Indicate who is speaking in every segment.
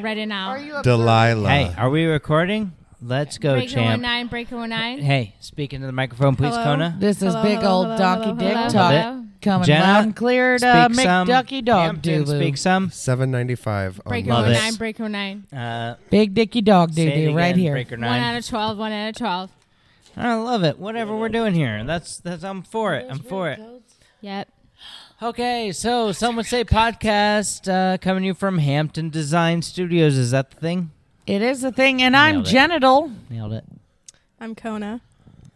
Speaker 1: read it now.
Speaker 2: Are you a
Speaker 3: Delilah.
Speaker 4: Hey, are we recording? Let's go,
Speaker 1: breaker one
Speaker 4: champ.
Speaker 1: nine, breaker one nine.
Speaker 4: Hey, speaking to the microphone, please,
Speaker 1: Hello?
Speaker 4: Kona.
Speaker 5: This is
Speaker 1: Hello,
Speaker 5: big
Speaker 1: hello,
Speaker 5: old
Speaker 1: hello,
Speaker 5: donkey
Speaker 1: hello,
Speaker 5: dick
Speaker 1: hello,
Speaker 5: talk
Speaker 1: hello.
Speaker 5: coming
Speaker 4: Jenna,
Speaker 5: loud and clear to uh,
Speaker 4: Speak some.
Speaker 5: McDucky dog
Speaker 4: Hampton,
Speaker 5: doo
Speaker 4: Speak some.
Speaker 3: Seven ninety five.
Speaker 1: Breaker
Speaker 4: Love
Speaker 1: one
Speaker 4: it.
Speaker 1: nine, breaker one nine.
Speaker 4: Uh,
Speaker 5: Big dicky dog
Speaker 4: say
Speaker 5: doo
Speaker 4: it
Speaker 5: doo right
Speaker 4: again,
Speaker 5: here.
Speaker 4: Breaker
Speaker 1: One out
Speaker 4: nine.
Speaker 1: of twelve. One out of twelve.
Speaker 4: I love it. Whatever we're doing here, that's that's. I'm for it. I'm for it.
Speaker 1: Yep.
Speaker 4: Okay, so some would say podcast uh, coming to you from Hampton Design Studios. Is that the thing?
Speaker 5: It is a thing, and I'm
Speaker 4: Nailed it.
Speaker 5: genital.
Speaker 4: Nailed it.
Speaker 6: I'm Kona.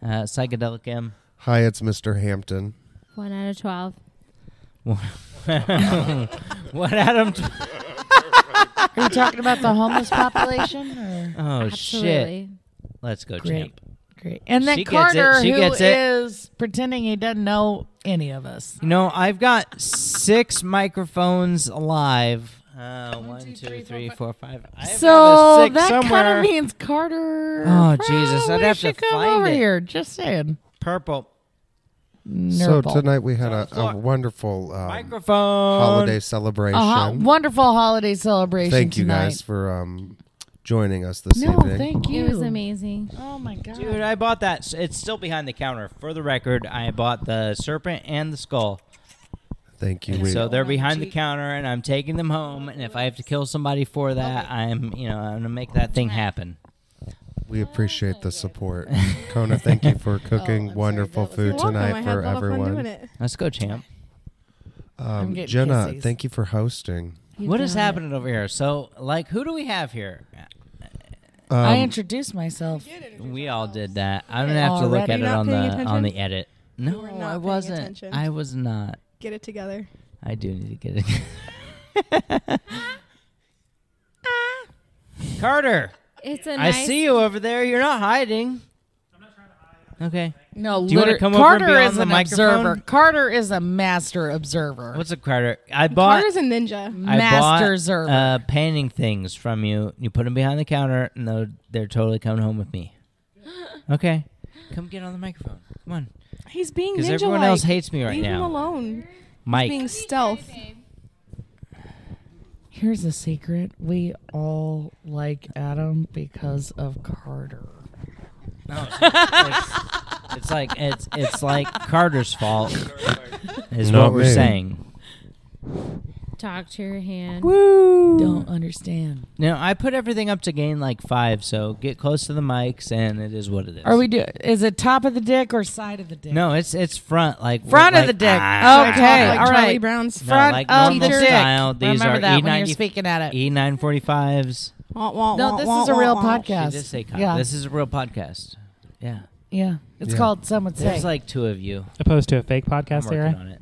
Speaker 4: Uh, psychedelic M.
Speaker 3: Hi, it's Mr. Hampton.
Speaker 1: One out of twelve.
Speaker 4: What Adam? T-
Speaker 5: Are you talking about the homeless population? Or?
Speaker 4: oh shit!
Speaker 1: Absolutely.
Speaker 4: Let's go,
Speaker 5: Great.
Speaker 4: champ.
Speaker 5: Great. And then
Speaker 4: She gets it.
Speaker 5: Carter,
Speaker 4: She
Speaker 5: who
Speaker 4: gets it.
Speaker 5: is pretending he doesn't know any of us.
Speaker 4: You know, I've got six microphones alive. Uh, one, two, three, four, five. I've got a
Speaker 5: so
Speaker 4: six
Speaker 5: that kind
Speaker 4: somewhere.
Speaker 5: of means Carter.
Speaker 4: Oh, Jesus, I'd
Speaker 5: probably
Speaker 4: have to
Speaker 5: should come
Speaker 4: find
Speaker 5: over
Speaker 4: it.
Speaker 5: here. Just saying.
Speaker 4: purple
Speaker 3: So
Speaker 5: Nurple.
Speaker 3: tonight we had a,
Speaker 4: It's on the
Speaker 3: a
Speaker 4: floor.
Speaker 3: wonderful um,
Speaker 4: microphone.
Speaker 3: holiday celebration.
Speaker 5: a ho- wonderful holiday celebration.
Speaker 3: Thank you
Speaker 5: tonight.
Speaker 3: guys for um, joining us this
Speaker 5: No,
Speaker 3: evening.
Speaker 5: thank you.
Speaker 1: It was amazing.
Speaker 5: Oh my god.
Speaker 4: Dude, I bought that. S- It's still behind the counter. For the record, I bought the serpent and the skull.
Speaker 3: Thank you. We,
Speaker 4: So they're behind the counter, and I'm taking them home. And if I have to kill somebody for that, I'm, you know, I'm gonna make that thing happen.
Speaker 3: we appreciate the support. Kona, thank you
Speaker 6: Oh,
Speaker 3: for cooking wonderful food
Speaker 6: Welcome. I
Speaker 3: tonight
Speaker 6: had a
Speaker 3: for
Speaker 6: lot of fun doing
Speaker 3: everyone.
Speaker 6: it.
Speaker 4: Let's go, champ.
Speaker 5: I'm
Speaker 3: Um,
Speaker 5: getting
Speaker 3: Jenna,
Speaker 5: kisses.
Speaker 3: thank you for hosting.
Speaker 4: What is happening over here? So, like, who do we have here?
Speaker 3: Um,
Speaker 5: I introduced myself.
Speaker 4: We all did that. I'm gonna have to look
Speaker 5: Already?
Speaker 4: at it
Speaker 6: You're not
Speaker 4: on the
Speaker 6: paying
Speaker 4: on
Speaker 6: attention?
Speaker 4: the edit. No,
Speaker 6: were not
Speaker 4: I
Speaker 6: paying
Speaker 4: wasn't.
Speaker 6: attention.
Speaker 4: I was not.
Speaker 6: Get it together.
Speaker 4: I do need to get it. Carter,
Speaker 1: It's a
Speaker 4: I
Speaker 1: nice.
Speaker 4: see you over there. You're not hiding. I'm not trying to hide. Okay.
Speaker 5: No,
Speaker 4: Do you wanna
Speaker 5: liter-
Speaker 4: come over and be
Speaker 5: Carter
Speaker 4: on
Speaker 5: is
Speaker 4: the
Speaker 5: an
Speaker 4: microphone?
Speaker 5: observer. Carter is a master observer.
Speaker 4: What's up, Carter? I bought
Speaker 6: Carter's a ninja.
Speaker 4: I
Speaker 5: master
Speaker 4: bought
Speaker 5: observer.
Speaker 4: uh, painting things from you. You put them behind the counter, and they're, they're totally coming home with me. Okay. Come get on the microphone. Come on.
Speaker 6: He's being ninja.
Speaker 4: Because everyone else hates me right
Speaker 6: Leave him
Speaker 4: now.
Speaker 6: alone.
Speaker 4: Mike.
Speaker 6: Being stealth.
Speaker 5: Here's a secret: we all like Adam because of Carter.
Speaker 4: No, it's, it's, it's like it's it's like Carter's fault. Is
Speaker 3: Not
Speaker 4: what we're
Speaker 3: me.
Speaker 4: saying.
Speaker 1: Talk to your hand.
Speaker 5: Don't understand.
Speaker 4: Now I put everything up to gain like five, so get close to the mics, and it is what it is.
Speaker 5: Are we do? Is it top of the dick or side of the dick?
Speaker 4: No, it's it's front like
Speaker 5: Front
Speaker 4: like,
Speaker 5: of the dick.
Speaker 4: ah.
Speaker 5: okay,
Speaker 6: Like
Speaker 5: all
Speaker 6: Charlie
Speaker 5: right.
Speaker 6: Brown's
Speaker 4: No,
Speaker 5: Front
Speaker 4: like
Speaker 5: of the
Speaker 4: normal
Speaker 5: dick.
Speaker 4: style, these
Speaker 5: Remember
Speaker 4: are
Speaker 5: that when you're
Speaker 4: E90
Speaker 5: speaking at it.
Speaker 4: E nine forty fives.
Speaker 6: Wah, wah,
Speaker 5: no,
Speaker 6: wah,
Speaker 5: this
Speaker 6: wah,
Speaker 5: is a
Speaker 6: wah,
Speaker 5: real
Speaker 6: wah.
Speaker 5: podcast.
Speaker 4: She did say con-
Speaker 5: yeah,
Speaker 4: This is a real podcast. Yeah.
Speaker 5: yeah. It's
Speaker 3: Yeah.
Speaker 5: called Some Would Say.
Speaker 4: There's like two of you.
Speaker 7: opposed to a fake
Speaker 4: I'm
Speaker 7: podcast
Speaker 4: working
Speaker 7: era.
Speaker 4: on it.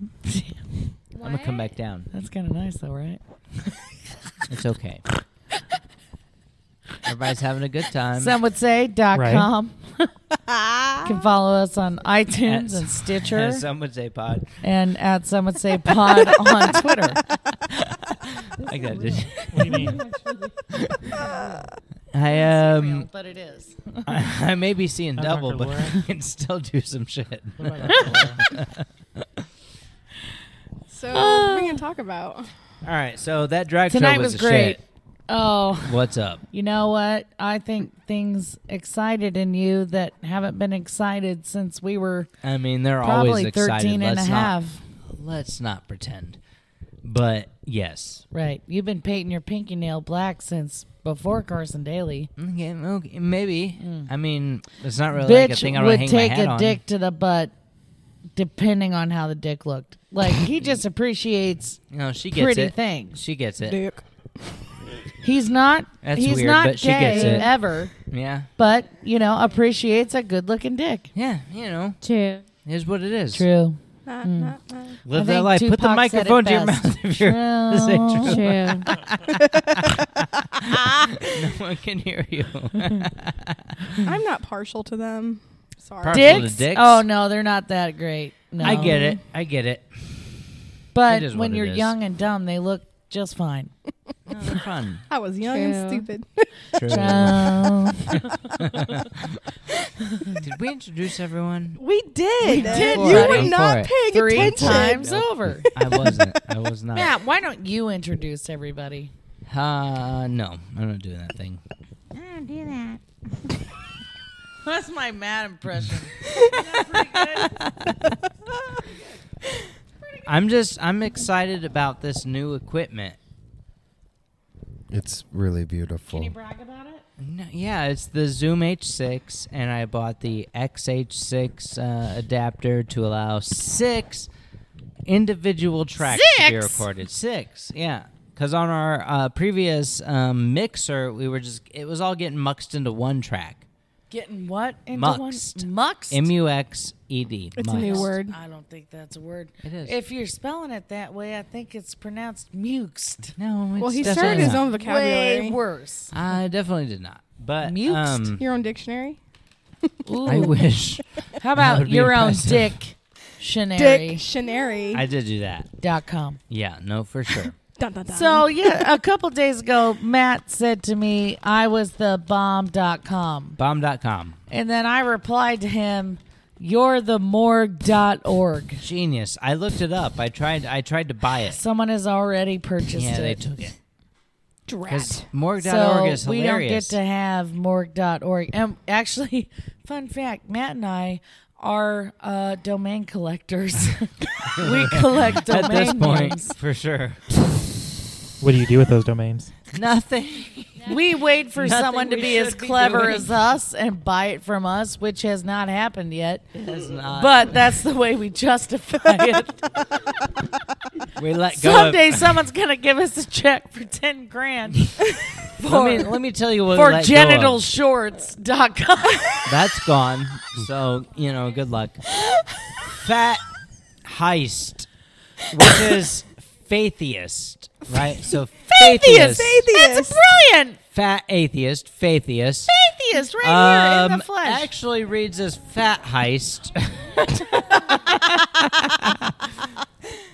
Speaker 4: I'm gonna come back down.
Speaker 5: That's kind of nice, though, right?
Speaker 4: It's okay. Everybody's having a good time.
Speaker 5: Some would say dot
Speaker 7: Right.
Speaker 5: com. can follow us on iTunes
Speaker 4: At-
Speaker 5: and Stitcher
Speaker 4: Some would say pod.
Speaker 5: and at some would say pod on Twitter.
Speaker 4: I got it.
Speaker 7: What do you mean?
Speaker 4: I um
Speaker 5: but it is.
Speaker 4: I, I may be seeing
Speaker 7: I'm
Speaker 4: double,
Speaker 7: Dr.
Speaker 4: but
Speaker 7: Laura.
Speaker 4: I can still do some shit.
Speaker 7: What about that?
Speaker 4: Ah.
Speaker 6: So what are we gonna talk about?
Speaker 4: All right, so that drag
Speaker 5: Tonight
Speaker 4: show was,
Speaker 5: was
Speaker 4: the
Speaker 5: great.
Speaker 4: Shit.
Speaker 5: Oh,
Speaker 4: What's up?
Speaker 5: you know what? I think things excited in you that haven't been excited since we were
Speaker 4: I mean, they're always
Speaker 5: probably
Speaker 4: excited.
Speaker 5: 13 and a
Speaker 4: let's
Speaker 5: half.
Speaker 4: Not, let's not pretend. But yes.
Speaker 5: Right. You've been painting your pinky nail black since before Carson Daly.
Speaker 4: Okay, okay, maybe. I mean, it's not really like a
Speaker 5: Mm. Bitch
Speaker 4: thing I wanna
Speaker 5: would
Speaker 4: hang
Speaker 5: take
Speaker 4: my hat
Speaker 5: a
Speaker 4: on.
Speaker 5: dick to the butt depending on how the dick looked. Like he just appreciates
Speaker 4: No, she gets
Speaker 5: pretty
Speaker 4: it.
Speaker 5: things.
Speaker 4: She gets it.
Speaker 6: Duke.
Speaker 5: He's not.
Speaker 4: That's
Speaker 5: he's
Speaker 4: weird,
Speaker 5: not
Speaker 4: but she
Speaker 5: gay
Speaker 4: gets it.
Speaker 5: ever,
Speaker 4: Yeah.
Speaker 5: but you know appreciates a good-looking dick.
Speaker 4: Yeah, you know,
Speaker 1: Two.
Speaker 4: is what it is.
Speaker 5: True.
Speaker 6: Not,
Speaker 4: Hmm.
Speaker 6: not, not.
Speaker 4: Live
Speaker 5: I
Speaker 4: that
Speaker 5: think
Speaker 4: life. Put the
Speaker 5: Tupac said it
Speaker 4: microphone to your
Speaker 5: best.
Speaker 4: mouth if you're to
Speaker 1: True.
Speaker 4: say true.
Speaker 5: True.
Speaker 4: No one can hear you.
Speaker 6: I'm not partial to them. Sorry.
Speaker 4: Partial Dick?
Speaker 5: Dicks?
Speaker 4: to dicks?
Speaker 5: Oh no, they're not that great. No.
Speaker 4: I get it. I get it.
Speaker 5: But
Speaker 4: It is
Speaker 5: when
Speaker 4: what it
Speaker 5: you're
Speaker 4: is.
Speaker 5: young and dumb, they look just fine.
Speaker 4: No, they're fun.
Speaker 6: I was young and
Speaker 1: True.
Speaker 6: stupid.
Speaker 4: True.
Speaker 5: Oh.
Speaker 4: Did we introduce everyone?
Speaker 6: We did. We
Speaker 5: did.
Speaker 6: You
Speaker 5: For it.
Speaker 6: were
Speaker 4: I'm for
Speaker 6: not
Speaker 4: it.
Speaker 6: paying
Speaker 5: Three
Speaker 6: attention.
Speaker 5: times over.
Speaker 4: I wasn't. I was not.
Speaker 5: Matt, why don't you introduce everybody?
Speaker 4: Uh, no, I'm not doing that thing.
Speaker 2: I don't do that.
Speaker 5: That's my mad impression.
Speaker 4: I'm just I'm excited about this new equipment.
Speaker 3: It's really beautiful.
Speaker 5: brag about it?
Speaker 4: No, yeah, it's the Zoom H6, and I bought the XH6 uh, adapter to allow six individual tracks to be
Speaker 1: Six?
Speaker 4: recorded. Six, yeah. Because on our uh, previous um, mixer, we were just it was all getting muxed into one track.
Speaker 5: Getting what into
Speaker 4: Muxed.
Speaker 5: one? Muxed.
Speaker 4: M U X E D.
Speaker 6: It's a new word.
Speaker 5: I don't think that's a word.
Speaker 4: It is.
Speaker 5: If you're spelling it that way, I think it's pronounced muxed.
Speaker 4: No, Oh, it's
Speaker 6: Well, he
Speaker 4: definitely
Speaker 6: started his
Speaker 4: not.
Speaker 6: own vocabulary.
Speaker 5: Way worse.
Speaker 4: I definitely did not. But
Speaker 5: Muxed.
Speaker 4: um,
Speaker 6: Your own dictionary.
Speaker 4: I wish That
Speaker 5: How about
Speaker 4: would be
Speaker 5: your own
Speaker 4: impressive.
Speaker 5: dick?
Speaker 6: Dictionary.
Speaker 4: I did do that.
Speaker 5: dot com.
Speaker 4: Yeah, no, for sure.
Speaker 6: Dun, dun, dun.
Speaker 5: So yeah, a couple days ago, Matt said to me, "I was the bomb dot com,"
Speaker 4: Bomb.com.
Speaker 5: and then I replied to him, "You're the morgue dot org."
Speaker 4: Genius. I looked it up. I tried. I tried to buy it.
Speaker 5: Someone has already purchased
Speaker 4: yeah,
Speaker 5: it.
Speaker 4: they took it.
Speaker 6: Drat.
Speaker 4: Because morgue.org
Speaker 5: so
Speaker 4: is hilarious.
Speaker 5: we don't get to have morgue.org. Um, actually, fun fact: Matt and I are uh, domain collectors. we collect domain
Speaker 4: at this point
Speaker 5: names.
Speaker 4: for sure.
Speaker 7: What do you do with those domains?
Speaker 4: Nothing.
Speaker 5: We wait for
Speaker 4: Nothing
Speaker 5: someone to
Speaker 4: we
Speaker 5: be as
Speaker 4: should be
Speaker 5: clever
Speaker 4: doing.
Speaker 5: as us and buy it from us, which has not happened yet.
Speaker 4: It's not.
Speaker 5: But that's the way we justify it.
Speaker 4: we let go.
Speaker 5: Someday
Speaker 4: of,
Speaker 5: someone's gonna give us a check for ten grand for
Speaker 4: let me let me tell you what. we
Speaker 5: for
Speaker 4: let go of.
Speaker 5: genitalshorts.com.
Speaker 4: That's gone. So you know, good luck. Fat heist, which is faithiest, right? So faithiest,
Speaker 5: It's brilliant.
Speaker 4: fat atheist, faithiest.
Speaker 5: Atheist right here in
Speaker 4: Um,
Speaker 5: the flesh.
Speaker 4: Actually reads as fat heist.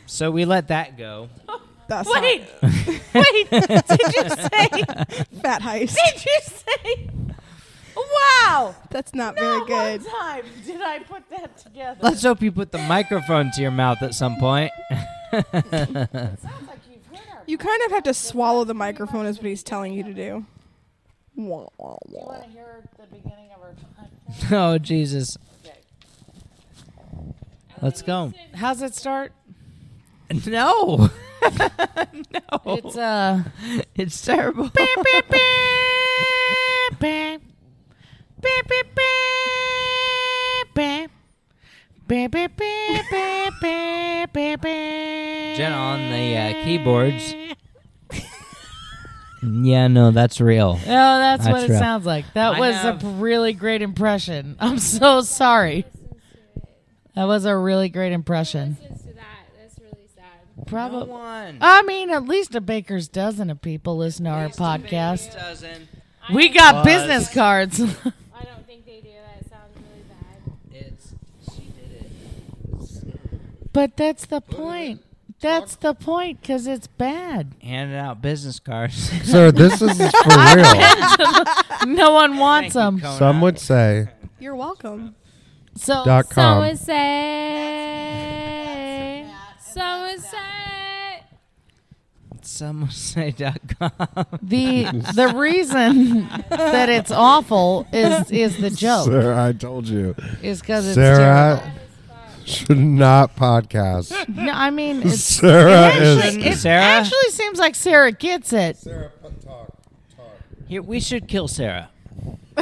Speaker 4: so we let that go.
Speaker 6: That's not
Speaker 5: Wait, wait! Did you say?
Speaker 6: fat heist.
Speaker 5: Did you say? Wow!
Speaker 6: That's not
Speaker 5: Not
Speaker 6: very
Speaker 5: one
Speaker 6: good.
Speaker 5: time did I put that together.
Speaker 4: Let's hope you put the microphone to your mouth at some point.
Speaker 6: You kind of have to swallow the microphone, is what he's telling you to do. Wah, wah, wah.
Speaker 4: oh Jesus. Let's go.
Speaker 5: How's it start?
Speaker 4: No. no.
Speaker 5: It's uh.
Speaker 4: It's terrible. Jen on the uh, keyboards.
Speaker 5: Oh,
Speaker 4: yeah, no, that's real.
Speaker 5: Oh, that's, what
Speaker 4: That's
Speaker 5: it
Speaker 4: rough.
Speaker 5: sounds like. That
Speaker 4: I
Speaker 5: was
Speaker 4: have-
Speaker 5: a really great impression. I'm so sorry. That was a really great impression.
Speaker 1: Listens to that. That's really sad.
Speaker 5: Probably.
Speaker 4: one.
Speaker 5: I mean, at least a baker's dozen of people listen to our podcast.
Speaker 4: dozen.
Speaker 5: We
Speaker 4: Was.
Speaker 5: got business cards.
Speaker 1: I don't think they do. That sounds really bad.
Speaker 4: It's, she did it.
Speaker 5: but that's the point. That's the point because it's bad.
Speaker 4: Handing out business cards.
Speaker 3: So this is for real.
Speaker 5: Oh, No one wants
Speaker 4: Thank you,
Speaker 5: them.
Speaker 4: Conan.
Speaker 3: Some would say
Speaker 6: You're welcome.
Speaker 5: So
Speaker 3: dot com.
Speaker 1: Someone say. Someone say.
Speaker 4: Some would say dot com.
Speaker 5: the the reason that it's awful is is the joke
Speaker 3: Sarah, I told you.
Speaker 5: is because it's terrible.
Speaker 3: Sarah should not podcast.
Speaker 5: No, I mean it's,
Speaker 3: Sarah
Speaker 5: actually,
Speaker 3: is.
Speaker 5: it
Speaker 4: Sarah?
Speaker 5: actually seems like Sarah gets it.
Speaker 3: Sarah, talk, talk.
Speaker 4: Here, we should kill Sarah.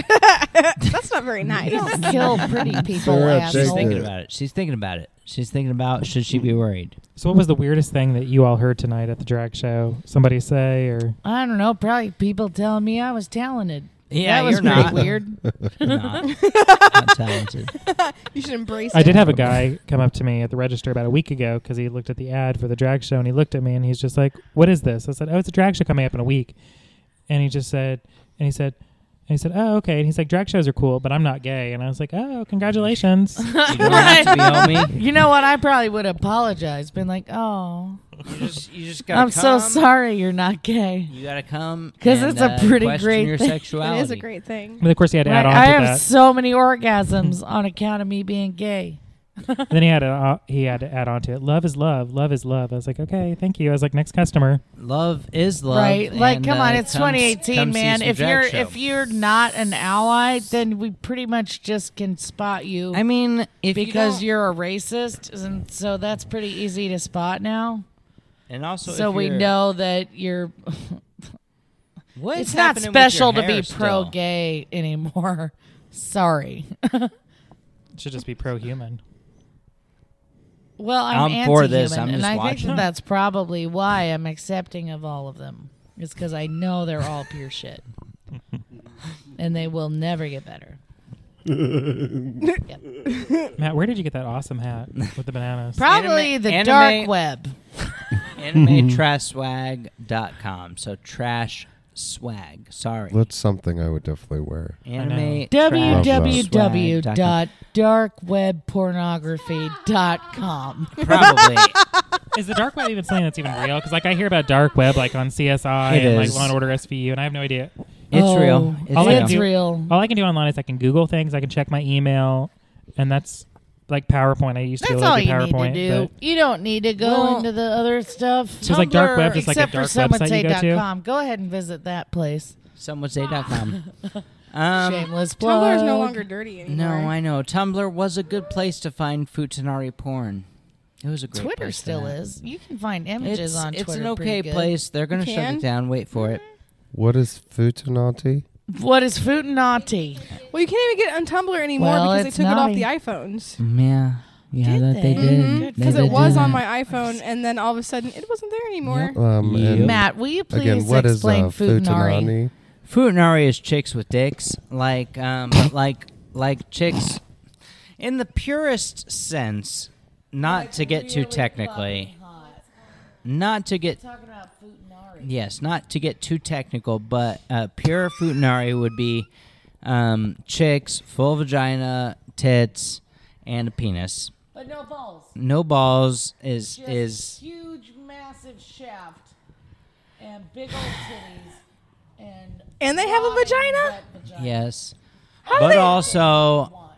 Speaker 6: That's not very nice.
Speaker 5: Don't kill pretty people,
Speaker 3: Sarah,
Speaker 5: asshole.
Speaker 3: take
Speaker 4: She's thinking
Speaker 3: it.
Speaker 4: about it. She's thinking about it. She's thinking about should she be worried?
Speaker 7: So, what was the weirdest thing that you all heard tonight at the drag show? Somebody say, or
Speaker 5: I don't know. Probably people telling me I was talented.
Speaker 4: Yeah,
Speaker 5: that was
Speaker 4: you're not.
Speaker 5: pretty weird.
Speaker 4: You're not. not talented.
Speaker 6: You should embrace
Speaker 7: I
Speaker 6: it.
Speaker 7: did have a guy come up to me at the register about a week ago because he looked at the ad for the drag show and he looked at me and he's just like, "What is this?" I said, "Oh, it's a drag show coming up in a week," and he just said, and he said. And he said, "Oh, okay." And he's like, "Drag shows are cool, but I'm not gay." And I was like, "Oh, congratulations!"
Speaker 4: You don't have to be on me.
Speaker 5: You know what? I probably would apologize. Been like, oh,
Speaker 4: You just, you just gotta
Speaker 5: I'm so
Speaker 4: come.
Speaker 5: sorry you're not gay.
Speaker 4: You gotta come
Speaker 5: 'Cause
Speaker 4: and,
Speaker 5: it's a
Speaker 4: uh,
Speaker 5: pretty
Speaker 4: question
Speaker 5: great
Speaker 4: your
Speaker 5: thing. It is a
Speaker 6: It
Speaker 4: sexuality.
Speaker 6: is a great thing.
Speaker 7: But of course, he had to
Speaker 5: Right?
Speaker 7: add on
Speaker 5: I
Speaker 7: to
Speaker 5: have
Speaker 7: that.
Speaker 5: so many orgasms on account of me being gay.
Speaker 7: and then he had a, uh, he had to add on to it. Love is love. Love is love. I was like, okay, thank you. I was like, next customer.
Speaker 4: Love is love.
Speaker 5: right? Like,
Speaker 4: and,
Speaker 5: come
Speaker 4: uh,
Speaker 5: on, it's
Speaker 4: come-
Speaker 5: 2018,
Speaker 4: come see
Speaker 5: man.
Speaker 4: some
Speaker 5: If
Speaker 4: drag
Speaker 5: you're
Speaker 4: show.
Speaker 5: if you're not an ally, then we pretty much just can spot you
Speaker 4: I mean, if you
Speaker 5: because
Speaker 4: don't-
Speaker 5: you are a racist, and so that's pretty easy to spot now.
Speaker 4: and also
Speaker 5: So,
Speaker 4: if
Speaker 5: we
Speaker 4: you're-
Speaker 5: know that you're.
Speaker 4: what
Speaker 5: It's
Speaker 4: is
Speaker 5: not
Speaker 4: happening with your
Speaker 5: special to be
Speaker 4: hair
Speaker 5: pro
Speaker 4: still?
Speaker 5: gay anymore. Sorry.
Speaker 7: It should just be pro human.
Speaker 5: Well, I'm,
Speaker 4: I'm for this. I'm
Speaker 5: anti-human, and
Speaker 4: just
Speaker 5: I think
Speaker 4: watching.
Speaker 5: that that's probably why I'm accepting of all of them. It's because I know they're all pure shit, and they will never get better.
Speaker 7: Matt, where did you get that awesome hat with the bananas?
Speaker 5: Probably
Speaker 4: Anime-
Speaker 5: the
Speaker 4: anime-
Speaker 5: dark web.
Speaker 4: AnimeTrashSwag.com. So trash swag. Sorry.
Speaker 3: That's something I would definitely wear.
Speaker 4: Anime trash swag.com.
Speaker 5: www.darkwebpornography.com.
Speaker 4: Probably.
Speaker 7: Is the dark web even something that's even real? Because like I hear about dark web like on CSI
Speaker 4: It
Speaker 7: and like
Speaker 4: is.
Speaker 7: Law and Order SVU, and I have no idea.
Speaker 4: It's
Speaker 5: Oh,
Speaker 4: real. It's
Speaker 7: All I
Speaker 4: real.
Speaker 5: It's
Speaker 7: do-
Speaker 5: real.
Speaker 7: All I can do online is I can Google things, I can check my email, and that's like PowerPoint. I used to
Speaker 5: That's
Speaker 7: be able
Speaker 5: all
Speaker 7: to do
Speaker 5: you
Speaker 7: PowerPoint.
Speaker 5: need to do.
Speaker 7: but-
Speaker 5: You don't need to go
Speaker 4: Well-
Speaker 5: into the other stuff.
Speaker 7: So it's like dark
Speaker 5: Tumblr,
Speaker 7: web is like a
Speaker 5: except
Speaker 7: dark
Speaker 5: for some would
Speaker 7: website
Speaker 5: say
Speaker 7: you go
Speaker 5: dot
Speaker 7: to?
Speaker 5: com. Go ahead and visit that place.
Speaker 4: Some would say dot com. Um,
Speaker 5: Shameless plug.
Speaker 6: Tumblr is no longer dirty
Speaker 4: No,
Speaker 6: anymore.
Speaker 4: I know. Tumblr was a good place to find Futanari porn. It was a great
Speaker 5: Twitter
Speaker 4: place for
Speaker 5: still
Speaker 4: that.
Speaker 5: is. You can find
Speaker 4: It's,
Speaker 5: images on
Speaker 4: it's
Speaker 5: Twitter.
Speaker 4: an
Speaker 5: pretty
Speaker 4: okay
Speaker 5: good.
Speaker 4: place. They're going to
Speaker 6: You
Speaker 4: shut
Speaker 6: can?
Speaker 4: it down. Wait for it.
Speaker 3: What is futanati?
Speaker 5: What is Futanati?
Speaker 6: Well, you can't even get on Tumblr anymore
Speaker 5: Well,
Speaker 6: because they
Speaker 5: it's
Speaker 6: took
Speaker 5: naughty.
Speaker 6: it off the iPhones.
Speaker 4: Yeah. Yeah,
Speaker 5: Did
Speaker 4: that they,
Speaker 5: they?
Speaker 4: did. Mm-hmm. They
Speaker 6: Mm-hmm. Because
Speaker 4: did
Speaker 6: it
Speaker 4: do
Speaker 6: was
Speaker 4: that.
Speaker 6: on my iPhone, and then all of a sudden it wasn't there anymore.
Speaker 3: Um,
Speaker 4: Yep.
Speaker 3: and
Speaker 5: Matt, will you please
Speaker 3: again, what is uh,
Speaker 5: explain Futanari?
Speaker 3: futanani?
Speaker 4: Futanari is chicks with dicks, like um, but like like chicks in the purest sense. Not to get too technically, not to get
Speaker 5: Talking about Futanari.
Speaker 4: yes, not to get too technical, but uh, pure futanari would be um, chicks full vagina, tits, and a penis.
Speaker 5: But no balls.
Speaker 4: No balls is is
Speaker 5: huge, massive shaft and big old titties and
Speaker 6: And they have a vagina?
Speaker 4: yes,
Speaker 6: How do
Speaker 4: but
Speaker 6: they?
Speaker 4: also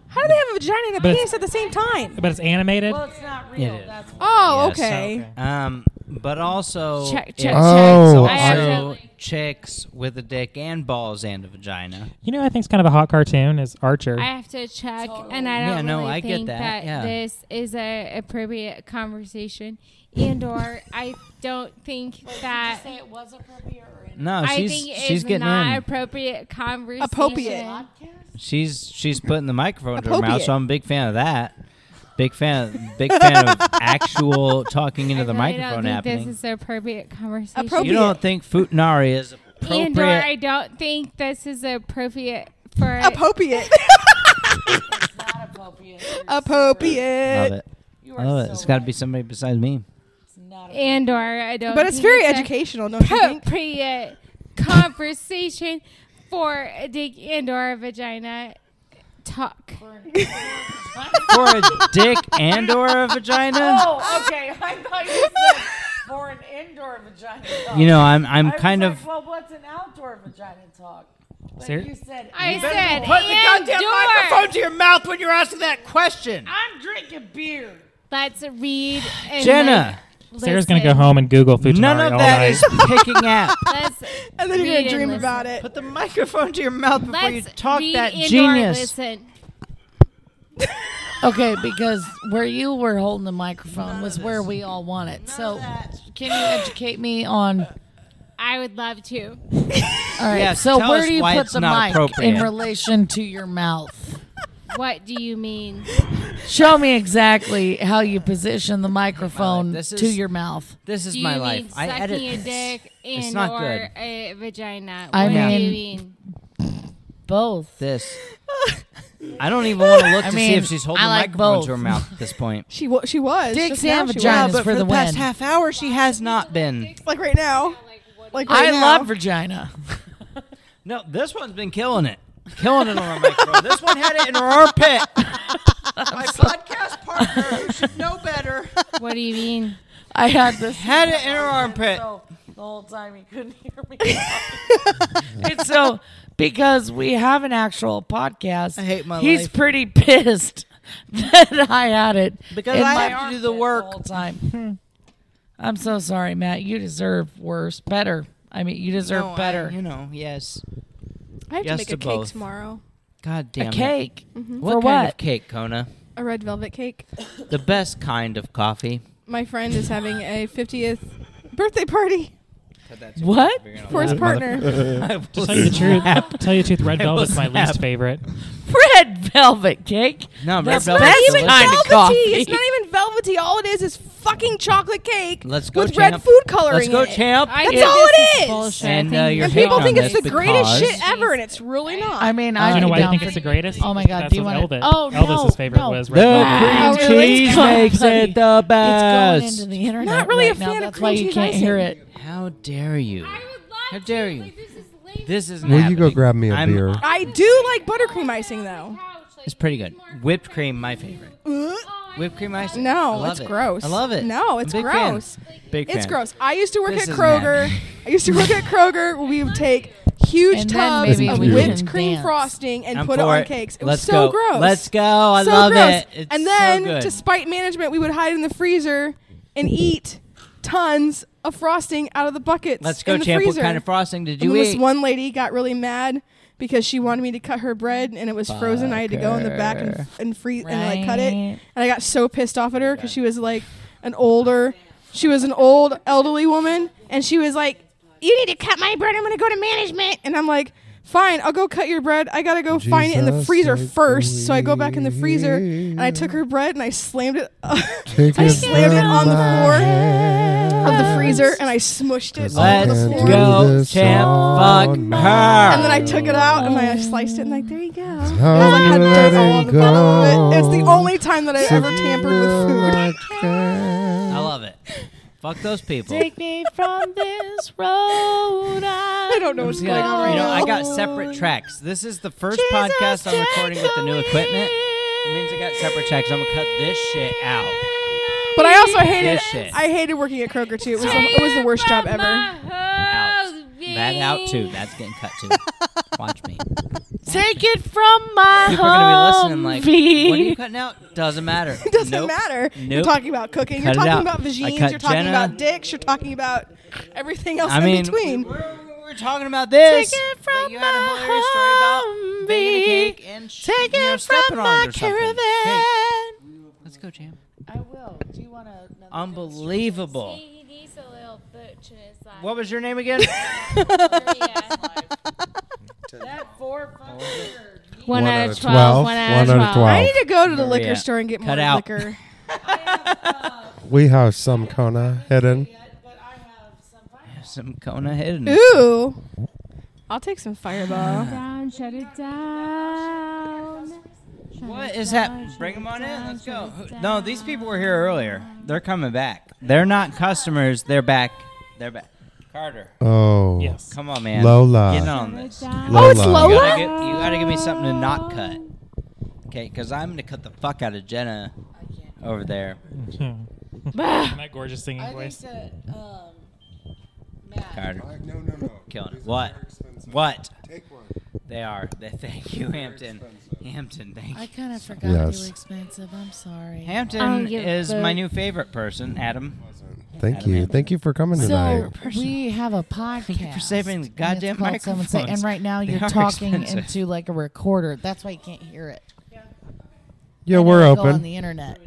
Speaker 6: How do they have a vagina and a
Speaker 7: But it's-
Speaker 6: penis at the same time?
Speaker 7: But it's animated.
Speaker 5: it's not
Speaker 4: real, is. that's
Speaker 6: Oh,
Speaker 4: Yes.
Speaker 6: okay.
Speaker 7: Okay.
Speaker 4: um, but also
Speaker 6: Check, check,
Speaker 4: it's-
Speaker 3: Oh,
Speaker 1: I
Speaker 4: also
Speaker 1: have
Speaker 4: chicks with a dick and balls and a vagina.
Speaker 7: You know, what I think's kind of a hot cartoon is Archer.
Speaker 1: I have to check, and I
Speaker 4: Yeah,
Speaker 1: don't
Speaker 4: no,
Speaker 1: really
Speaker 4: I get
Speaker 1: think
Speaker 4: that,
Speaker 1: that,
Speaker 4: yeah.
Speaker 1: this is a appropriate conversation, and or I don't think that
Speaker 5: it was appropriate or
Speaker 4: No,
Speaker 1: I
Speaker 4: Oh, she's
Speaker 1: think it's
Speaker 4: she's getting
Speaker 1: not
Speaker 4: in.
Speaker 1: appropriate conversation.
Speaker 6: Appropriate.
Speaker 4: she's she's putting the microphone to her mouth,
Speaker 6: Appropriate.
Speaker 4: so I'm a big fan of that. Big fan, big fan of actual talking into the
Speaker 1: I really
Speaker 4: microphone
Speaker 1: don't think
Speaker 4: happening.
Speaker 1: This is an appropriate conversation.
Speaker 4: you don't think futanari is
Speaker 1: and or I
Speaker 4: appropriate?
Speaker 1: don't think this is appropriate for
Speaker 6: Appropriate.
Speaker 5: not appropriate.
Speaker 4: Love
Speaker 6: Appropriate.
Speaker 4: it. I love it. Oh, It's got to be somebody besides me.
Speaker 1: and or I don't.
Speaker 6: But it's
Speaker 1: think
Speaker 6: very
Speaker 1: a
Speaker 6: educational, don't you think?
Speaker 1: Appropriate conversation for a dick and or a vagina talk.
Speaker 4: For a dick and or a vagina?
Speaker 5: Oh, okay. I thought you said for an indoor vagina talk.
Speaker 4: You know, I'm I'm
Speaker 5: I was
Speaker 4: kind
Speaker 5: like,
Speaker 4: of
Speaker 5: Well, what's an outdoor vagina talk? But
Speaker 7: Ser-
Speaker 5: you said
Speaker 1: I
Speaker 5: indoor.
Speaker 1: said and or.
Speaker 4: to your mouth when you're asking that question.
Speaker 5: I'm drinking beer.
Speaker 1: Let's read. And
Speaker 4: Jenna,
Speaker 1: like,
Speaker 7: Sarah's gonna go
Speaker 1: listen.
Speaker 7: home and Google Futanari
Speaker 4: none of
Speaker 7: all
Speaker 4: that
Speaker 7: night.
Speaker 4: is picking up.
Speaker 1: Let's
Speaker 6: And then you're
Speaker 1: read
Speaker 6: going to dream
Speaker 1: listen.
Speaker 6: about it.
Speaker 4: Put the microphone to your mouth before
Speaker 1: Let's
Speaker 4: you talk
Speaker 1: read
Speaker 4: that
Speaker 1: and or
Speaker 4: genius.
Speaker 1: Listen.
Speaker 5: Okay, because where you were holding the microphone was where we all want it. so, can you educate me on?
Speaker 1: I would love to.
Speaker 5: All right.
Speaker 4: Yes,
Speaker 5: so,
Speaker 4: tell
Speaker 5: where
Speaker 4: us
Speaker 5: do you
Speaker 4: why
Speaker 5: put
Speaker 4: it's
Speaker 5: the
Speaker 4: not
Speaker 5: mic in
Speaker 4: appropriate.
Speaker 5: relation to your mouth?
Speaker 1: What do you mean?
Speaker 5: Show me exactly how you position the microphone
Speaker 4: This
Speaker 5: to
Speaker 4: is-
Speaker 5: your mouth.
Speaker 4: This is
Speaker 1: Do you
Speaker 4: my
Speaker 1: mean
Speaker 4: life. I
Speaker 1: sucking
Speaker 4: edit
Speaker 1: a
Speaker 4: this.
Speaker 1: dick and
Speaker 4: It's not
Speaker 1: or
Speaker 4: good.
Speaker 1: a vagina?
Speaker 5: I
Speaker 1: what do
Speaker 5: mean-
Speaker 1: you mean?
Speaker 5: Both.
Speaker 4: This. I don't even want to look
Speaker 5: I
Speaker 4: to see
Speaker 5: mean,
Speaker 4: if she's holding
Speaker 5: I like
Speaker 4: the microphone
Speaker 5: both.
Speaker 4: to her mouth at this point.
Speaker 6: She, wa- she was.
Speaker 5: Dicks
Speaker 6: just now
Speaker 5: and
Speaker 6: she was.
Speaker 5: vaginas. for the win.
Speaker 4: half hour, she has not been.
Speaker 6: Like right now. Like right
Speaker 5: I
Speaker 6: now.
Speaker 5: love vagina.
Speaker 4: No, this one's been killing it. Killing it on her microphone. This one had it in her armpit. My podcast partner, who should know better,
Speaker 1: What do you mean?
Speaker 5: I had this
Speaker 4: had it in her armpit.
Speaker 5: so the whole time you couldn't hear me. it's so because we have an actual podcast.
Speaker 4: I hate my
Speaker 5: He's
Speaker 4: life.
Speaker 5: pretty pissed that I had it
Speaker 4: Because
Speaker 5: in
Speaker 4: I
Speaker 5: my
Speaker 4: have to do the
Speaker 5: armpit
Speaker 4: work.
Speaker 5: whole time. Hmm. I'm so sorry, Matt. You deserve worse, better. I mean, you deserve
Speaker 4: No, I-
Speaker 5: better.
Speaker 4: you know, yes.
Speaker 6: I have
Speaker 4: Yes
Speaker 6: to make
Speaker 4: to
Speaker 6: a cake
Speaker 4: both.
Speaker 6: tomorrow.
Speaker 4: God damn
Speaker 5: a
Speaker 4: it.
Speaker 5: cake.
Speaker 4: What
Speaker 5: For
Speaker 4: kind of
Speaker 5: what?
Speaker 4: cake, Kona?
Speaker 6: A red velvet cake.
Speaker 4: The best kind of coffee.
Speaker 6: My friend is having a 50th birthday party
Speaker 5: What?
Speaker 6: for his partner.
Speaker 7: To tell you the truth, tell you the truth, red velvet's my least favorite.
Speaker 5: Red velvet cake.
Speaker 4: No,
Speaker 5: That's
Speaker 4: red
Speaker 5: not
Speaker 4: velvet's
Speaker 5: even
Speaker 4: delicious.
Speaker 5: kind of
Speaker 6: velvety.
Speaker 5: coffee.
Speaker 6: It's not even velvety. All it is is fucking chocolate cake
Speaker 4: Let's go,
Speaker 6: with
Speaker 4: champ.
Speaker 6: red food coloring.
Speaker 4: Let's go,
Speaker 6: in it.
Speaker 4: champ.
Speaker 1: I
Speaker 6: That's
Speaker 1: think
Speaker 6: all
Speaker 1: this
Speaker 6: it
Speaker 1: is
Speaker 6: is.
Speaker 1: bullshit. I
Speaker 4: And,
Speaker 1: think
Speaker 4: uh, you're
Speaker 6: And
Speaker 1: this is
Speaker 6: people
Speaker 4: hating
Speaker 6: think
Speaker 4: on
Speaker 6: it's
Speaker 4: this
Speaker 6: the greatest
Speaker 4: because-
Speaker 6: shit ever, and it's really not.
Speaker 5: I mean, I,
Speaker 7: Do you know why I
Speaker 5: don't-
Speaker 7: think it's the greatest?
Speaker 5: Oh my God,
Speaker 7: That's
Speaker 5: do you
Speaker 7: what
Speaker 5: wanna-
Speaker 7: Elvis-
Speaker 5: Oh, no,
Speaker 7: Elvis's favorite
Speaker 5: no.
Speaker 7: was red velvet.
Speaker 4: The cream
Speaker 5: Oh, really?
Speaker 4: cheese
Speaker 5: It's gone,
Speaker 4: makes it
Speaker 5: buddy.
Speaker 4: the best.
Speaker 5: It's going into the internet.
Speaker 6: Not really
Speaker 5: right
Speaker 6: a
Speaker 5: now.
Speaker 6: fan of
Speaker 5: That's why
Speaker 6: cream
Speaker 5: you
Speaker 6: cheese
Speaker 5: can't hear
Speaker 6: icing.
Speaker 5: it.
Speaker 4: How dare you?
Speaker 1: I would love
Speaker 4: How
Speaker 1: to,
Speaker 4: dare
Speaker 1: like,
Speaker 4: you.
Speaker 1: this is lame
Speaker 4: This is
Speaker 3: Will you go
Speaker 4: happening.
Speaker 3: grab me a
Speaker 4: I'm-
Speaker 3: beer?
Speaker 6: I do like buttercream icing though.
Speaker 1: couch, like,
Speaker 4: It's pretty good.
Speaker 1: more
Speaker 4: Whipped
Speaker 1: comfort.
Speaker 4: cream, my favorite.
Speaker 6: Ugh.
Speaker 1: Oh, I
Speaker 4: Whipped cream
Speaker 1: love
Speaker 4: icing.
Speaker 1: it.
Speaker 4: I
Speaker 6: No,
Speaker 4: love
Speaker 6: it's
Speaker 4: it.
Speaker 6: gross.
Speaker 4: I love it.
Speaker 6: No, it's
Speaker 4: Big fan.
Speaker 6: gross.
Speaker 4: Big
Speaker 6: It's
Speaker 4: fan.
Speaker 6: gross. I used to work
Speaker 4: This
Speaker 6: at
Speaker 4: is
Speaker 6: Kroger.
Speaker 4: mad.
Speaker 6: I used to work at Kroger. We would take huge
Speaker 5: And then
Speaker 6: tubs
Speaker 5: maybe
Speaker 6: of
Speaker 3: we
Speaker 6: whipped
Speaker 5: can
Speaker 6: cream
Speaker 5: dance.
Speaker 6: frosting and
Speaker 4: I'm
Speaker 6: put it
Speaker 4: for
Speaker 6: on cakes. It
Speaker 4: Let's
Speaker 6: was so
Speaker 4: go.
Speaker 6: gross.
Speaker 4: Let's go. I
Speaker 6: so
Speaker 4: love
Speaker 6: gross.
Speaker 4: it. It's
Speaker 6: and then,
Speaker 4: so good.
Speaker 6: despite management, we would hide in the freezer and eat tons of frosting out of the buckets.
Speaker 4: Let's go,
Speaker 6: in the
Speaker 4: champ.
Speaker 6: Freezer.
Speaker 4: What kind of frosting did
Speaker 6: and
Speaker 4: you
Speaker 6: then this
Speaker 4: eat?
Speaker 6: one lady got really mad because she wanted me to cut her bread and it was frozen. I had to go in the back and, and freeze and like cut it.
Speaker 5: Right.
Speaker 6: And I got so pissed off at her because she was like an older, she was an old elderly woman, and she was like, "You need to cut my bread. I'm gonna go to management." And I'm like. Fine, I'll go cut your bread. I gotta go find it in the
Speaker 3: Jesus,
Speaker 6: freezer
Speaker 3: take
Speaker 6: first. So I go back in the freezer
Speaker 3: away.
Speaker 6: and I took her bread and I slammed it
Speaker 3: Take
Speaker 6: I
Speaker 3: it
Speaker 6: slammed it
Speaker 3: from
Speaker 6: on the
Speaker 3: my
Speaker 6: floor
Speaker 3: hands.
Speaker 6: of the freezer and I smushed it on the
Speaker 4: Let's
Speaker 3: Can't
Speaker 6: floor.
Speaker 3: do
Speaker 4: go,
Speaker 3: this all
Speaker 4: champ. Fuck
Speaker 3: night.
Speaker 4: her.
Speaker 6: And then I took it out and I sliced it and like, there you go.
Speaker 3: How
Speaker 6: I
Speaker 3: Oh, you
Speaker 6: had
Speaker 3: let
Speaker 6: dirt all
Speaker 3: it
Speaker 6: over the bottom of
Speaker 3: go?
Speaker 6: it. It's the only time that I ever tampered with food.
Speaker 4: I
Speaker 3: food.
Speaker 4: love it. Fuck those people.
Speaker 5: Take me from this road. I
Speaker 6: I don't know what's
Speaker 4: See,
Speaker 6: going
Speaker 4: like,
Speaker 6: on right
Speaker 4: you know,
Speaker 6: now.
Speaker 4: I got separate tracks. This is the first podcast I'm recording with the new equipment. It means I got separate tracks. I'm gonna cut this shit out.
Speaker 6: but I also hated.
Speaker 4: This shit.
Speaker 6: I hated working at Kroger too. It was the, it was the worst job
Speaker 1: From
Speaker 6: ever.
Speaker 1: my
Speaker 4: Out.
Speaker 1: house,
Speaker 4: That out too.
Speaker 1: babe.
Speaker 4: That's getting cut too. Watch me.
Speaker 5: Take it from my
Speaker 4: People are gonna be listening. Like, what are you
Speaker 5: Humvee.
Speaker 4: cutting out? Doesn't matter.
Speaker 6: It doesn't
Speaker 4: Nope.
Speaker 6: matter. You're
Speaker 4: Nope.
Speaker 6: talking about cooking.
Speaker 4: Cut it
Speaker 6: you're
Speaker 4: out.
Speaker 6: talking about
Speaker 4: I
Speaker 6: vagines.
Speaker 4: cut
Speaker 6: You're talking
Speaker 4: Jenna.
Speaker 6: about dicks. You're talking about everything else
Speaker 4: I
Speaker 6: in
Speaker 4: mean, oh,
Speaker 6: between.
Speaker 4: We're, we're talking about this.
Speaker 5: Take it
Speaker 4: but
Speaker 5: from
Speaker 4: you had a
Speaker 5: my
Speaker 4: hilarious story about baking a
Speaker 5: Humvee.
Speaker 4: cake and sh-
Speaker 5: Take
Speaker 4: you know,
Speaker 5: it
Speaker 4: stepping
Speaker 5: from
Speaker 4: on it
Speaker 5: my
Speaker 4: or something. Hey,
Speaker 5: caravan.
Speaker 4: let's go, champ.
Speaker 5: I will. Do you want to?
Speaker 4: Unbelievable.
Speaker 1: See, he needs a little butch in his life.
Speaker 4: What was your name again?
Speaker 1: Yeah.
Speaker 5: That four
Speaker 1: One,
Speaker 3: One
Speaker 1: out
Speaker 3: out
Speaker 1: of
Speaker 3: of
Speaker 1: 12,
Speaker 3: 12,
Speaker 1: one out of 12.
Speaker 3: one out of 12.
Speaker 6: I need to go to the
Speaker 4: Maria,
Speaker 6: liquor store and get
Speaker 4: cut
Speaker 6: more
Speaker 4: out.
Speaker 6: liquor.
Speaker 3: We have some Kona hidden.
Speaker 4: Some Kona hidden.
Speaker 6: Ooh. I'll take some fireball.
Speaker 1: Down, shut it down.
Speaker 4: What is that? Bring them on in. Let's go. Who- No, these people were here earlier. They're coming back. They're not customers. They're back. They're back. Carter,
Speaker 3: Oh,
Speaker 7: Yes.
Speaker 4: come on, man.
Speaker 3: Lola.
Speaker 4: Get on this. You
Speaker 1: Down.
Speaker 3: Lola.
Speaker 6: Oh, it's Lola?
Speaker 4: gotta, give, you gotta give me something to not cut. Okay, because I'm gonna cut the fuck out of Jenna over there.
Speaker 7: Hmm. that gorgeous singing voice.
Speaker 5: that
Speaker 1: "Oh,
Speaker 5: um, Matt.
Speaker 4: Carter,
Speaker 3: No, no, no.
Speaker 4: killing it. What? What? They are. They, thank you, Hampton. Hampton, thank
Speaker 5: I
Speaker 4: you.
Speaker 5: kind of forgot
Speaker 3: Yes.
Speaker 5: you were expensive. I'm sorry.
Speaker 1: I
Speaker 4: Hampton
Speaker 1: don't give a
Speaker 4: is my
Speaker 1: fuck.
Speaker 4: new favorite person, Adam.
Speaker 3: Thank you. Thank you for coming tonight.
Speaker 5: So we have a podcast.
Speaker 4: you for saving the
Speaker 5: and it's
Speaker 4: goddamn
Speaker 5: called Someone Say-
Speaker 4: microphones.
Speaker 5: and right now
Speaker 4: They
Speaker 5: you're
Speaker 4: are
Speaker 5: talking
Speaker 4: expensive.
Speaker 5: into like a recorder. That's why you can't hear it.
Speaker 3: yeah,
Speaker 5: And
Speaker 3: we're
Speaker 5: it'll go on
Speaker 3: open.
Speaker 5: the internet.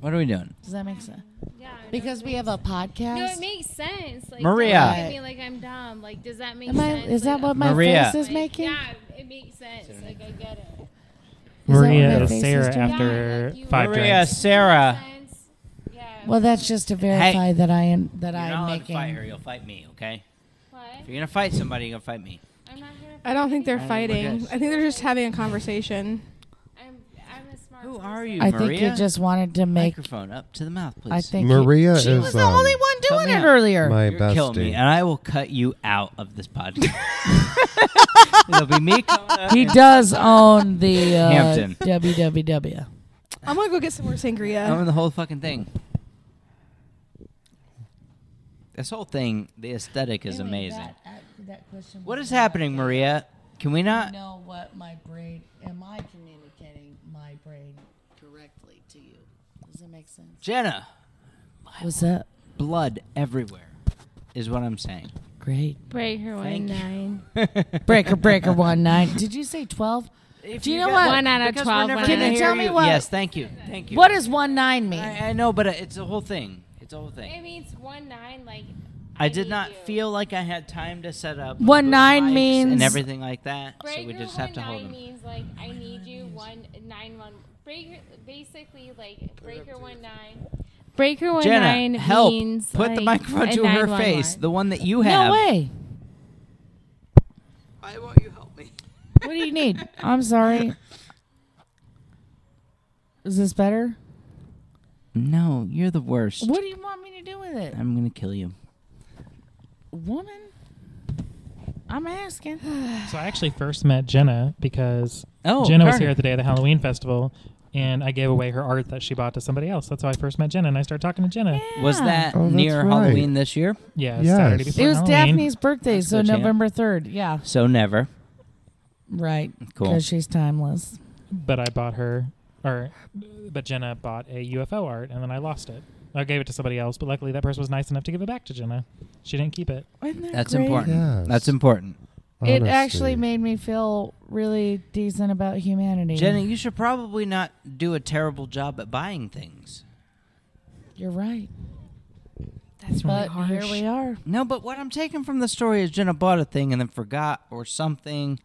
Speaker 4: What are we doing?
Speaker 5: Does that make sense?
Speaker 1: Yeah, I know.
Speaker 5: Because we have a
Speaker 1: No, it
Speaker 5: podcast.
Speaker 1: makes sense. Like,
Speaker 4: Maria.
Speaker 1: Don't look at me like I'm dumb. Like, does that make
Speaker 5: Am I,
Speaker 1: sense?
Speaker 5: is that
Speaker 1: Like,
Speaker 5: what my
Speaker 4: Maria.
Speaker 5: face is
Speaker 1: like,
Speaker 5: making?
Speaker 1: Yeah, it makes sense. Like, I get it.
Speaker 5: that
Speaker 7: Maria
Speaker 5: what
Speaker 7: is
Speaker 5: my
Speaker 7: Sarah
Speaker 5: face is doing?
Speaker 7: after
Speaker 1: Yeah, like
Speaker 7: five
Speaker 4: Maria,
Speaker 7: drinks.
Speaker 4: Sarah.
Speaker 1: Sense. Yeah.
Speaker 5: Well, that's just to verify that I am that
Speaker 4: You're not
Speaker 5: I'm
Speaker 4: allowed to fight her.
Speaker 5: making.
Speaker 4: You'll fight me, okay?
Speaker 1: What?
Speaker 4: If you're gonna fight somebody, you're gonna fight me.
Speaker 1: I'm not gonna
Speaker 6: I don't think they're
Speaker 4: we're
Speaker 6: fighting.
Speaker 4: good.
Speaker 6: I think they're just having a conversation.
Speaker 1: I'm, I'm a smart
Speaker 4: Who
Speaker 1: person.
Speaker 4: are you,
Speaker 5: I
Speaker 4: Maria?
Speaker 5: think you just wanted to make.
Speaker 4: microphone up to the mouth, please.
Speaker 5: I think you-
Speaker 3: Maria
Speaker 5: she
Speaker 3: is
Speaker 5: was the
Speaker 3: um,
Speaker 5: only one doing
Speaker 4: me
Speaker 5: it
Speaker 4: out.
Speaker 5: earlier.
Speaker 3: my
Speaker 4: you're killing me,
Speaker 3: bestie.
Speaker 4: and I will cut you out of this podcast. It'll be me. Kona,
Speaker 5: He
Speaker 4: and-
Speaker 5: does own the uh,
Speaker 4: Hampton.
Speaker 5: WWW.
Speaker 6: I'm gonna go get some more
Speaker 4: I'm
Speaker 6: sangria.
Speaker 4: in the whole fucking thing. This whole thing, the aesthetic is amazing. What is happening, Maria? Can we not?
Speaker 5: know what my brain? Am I communicating my brain correctly to you. Does that make sense?
Speaker 4: Jenna,
Speaker 5: What's up?
Speaker 4: blood everywhere is what I'm saying.
Speaker 5: Great.
Speaker 1: Breaker one
Speaker 4: Thank you.
Speaker 1: nine.
Speaker 5: Breaker, breaker, one nine. Did you say twelve? Do you know what?
Speaker 1: One out of
Speaker 4: Because
Speaker 1: 12,
Speaker 4: we're never
Speaker 1: one
Speaker 4: gonna
Speaker 5: out of
Speaker 4: hear
Speaker 5: 12. Tell me what-
Speaker 4: Yes, thank you. Thank you.
Speaker 5: What does one nine mean?
Speaker 4: I, I know, but it's a whole thing. It's a whole
Speaker 1: It
Speaker 4: thing.
Speaker 1: means one nine, like
Speaker 4: I did not
Speaker 1: you.
Speaker 4: feel like I had time to set up
Speaker 5: One
Speaker 4: the
Speaker 5: nine
Speaker 4: mics
Speaker 5: means-
Speaker 4: and everything like that.
Speaker 1: breaker
Speaker 4: so we just
Speaker 1: one
Speaker 4: have to
Speaker 1: nine
Speaker 4: hold them.
Speaker 1: means like I need you one nine one breaker basically like breaker one nine. Breaker one
Speaker 4: Jenna,
Speaker 1: nine
Speaker 4: help!
Speaker 1: means
Speaker 4: Put the
Speaker 1: like,
Speaker 4: microphone
Speaker 1: a
Speaker 4: to her
Speaker 1: 911.
Speaker 4: face, the one that you have.
Speaker 5: no way.
Speaker 2: Why won't you help me?
Speaker 5: What do you need? I'm sorry. Is this better?
Speaker 4: No, you're the worst.
Speaker 5: What do you want me to do with it,
Speaker 4: I'm gonna kill you.
Speaker 5: woman? I'm asking.
Speaker 7: So I actually first met Jenna because
Speaker 4: Oh,
Speaker 7: Jenna was
Speaker 4: Carter.
Speaker 7: here at the day of the Halloween festival, and I gave away her art that she bought to somebody else. That's how I first met Jenna, and I started talking to Jenna.
Speaker 4: Was that
Speaker 3: Oh, that's
Speaker 4: near
Speaker 3: right.
Speaker 4: Halloween this year?
Speaker 7: Yeah,
Speaker 3: Yes.
Speaker 7: Saturday before
Speaker 5: It was
Speaker 7: Halloween.
Speaker 5: Daphne's birthday,
Speaker 4: That's
Speaker 5: so
Speaker 4: good, yeah.
Speaker 5: November third. Yeah,
Speaker 4: So never.
Speaker 5: right.
Speaker 4: Cool.
Speaker 5: Because she's timeless.
Speaker 7: But I bought her, or but Jenna bought a UFO art, and then I lost it. I gave it to somebody else, but luckily that person was nice enough to give it back to Jenna. She didn't keep it.
Speaker 4: That's important.
Speaker 3: Yes.
Speaker 4: That's important.
Speaker 5: It actually
Speaker 3: Honesty.
Speaker 5: made me feel really decent about humanity.
Speaker 4: Jenna, you should probably not do a terrible job at buying things.
Speaker 5: you're right.
Speaker 6: That's
Speaker 5: But here we are.
Speaker 4: No, but what I'm taking from the story is Jenna bought a thing and then forgot or something.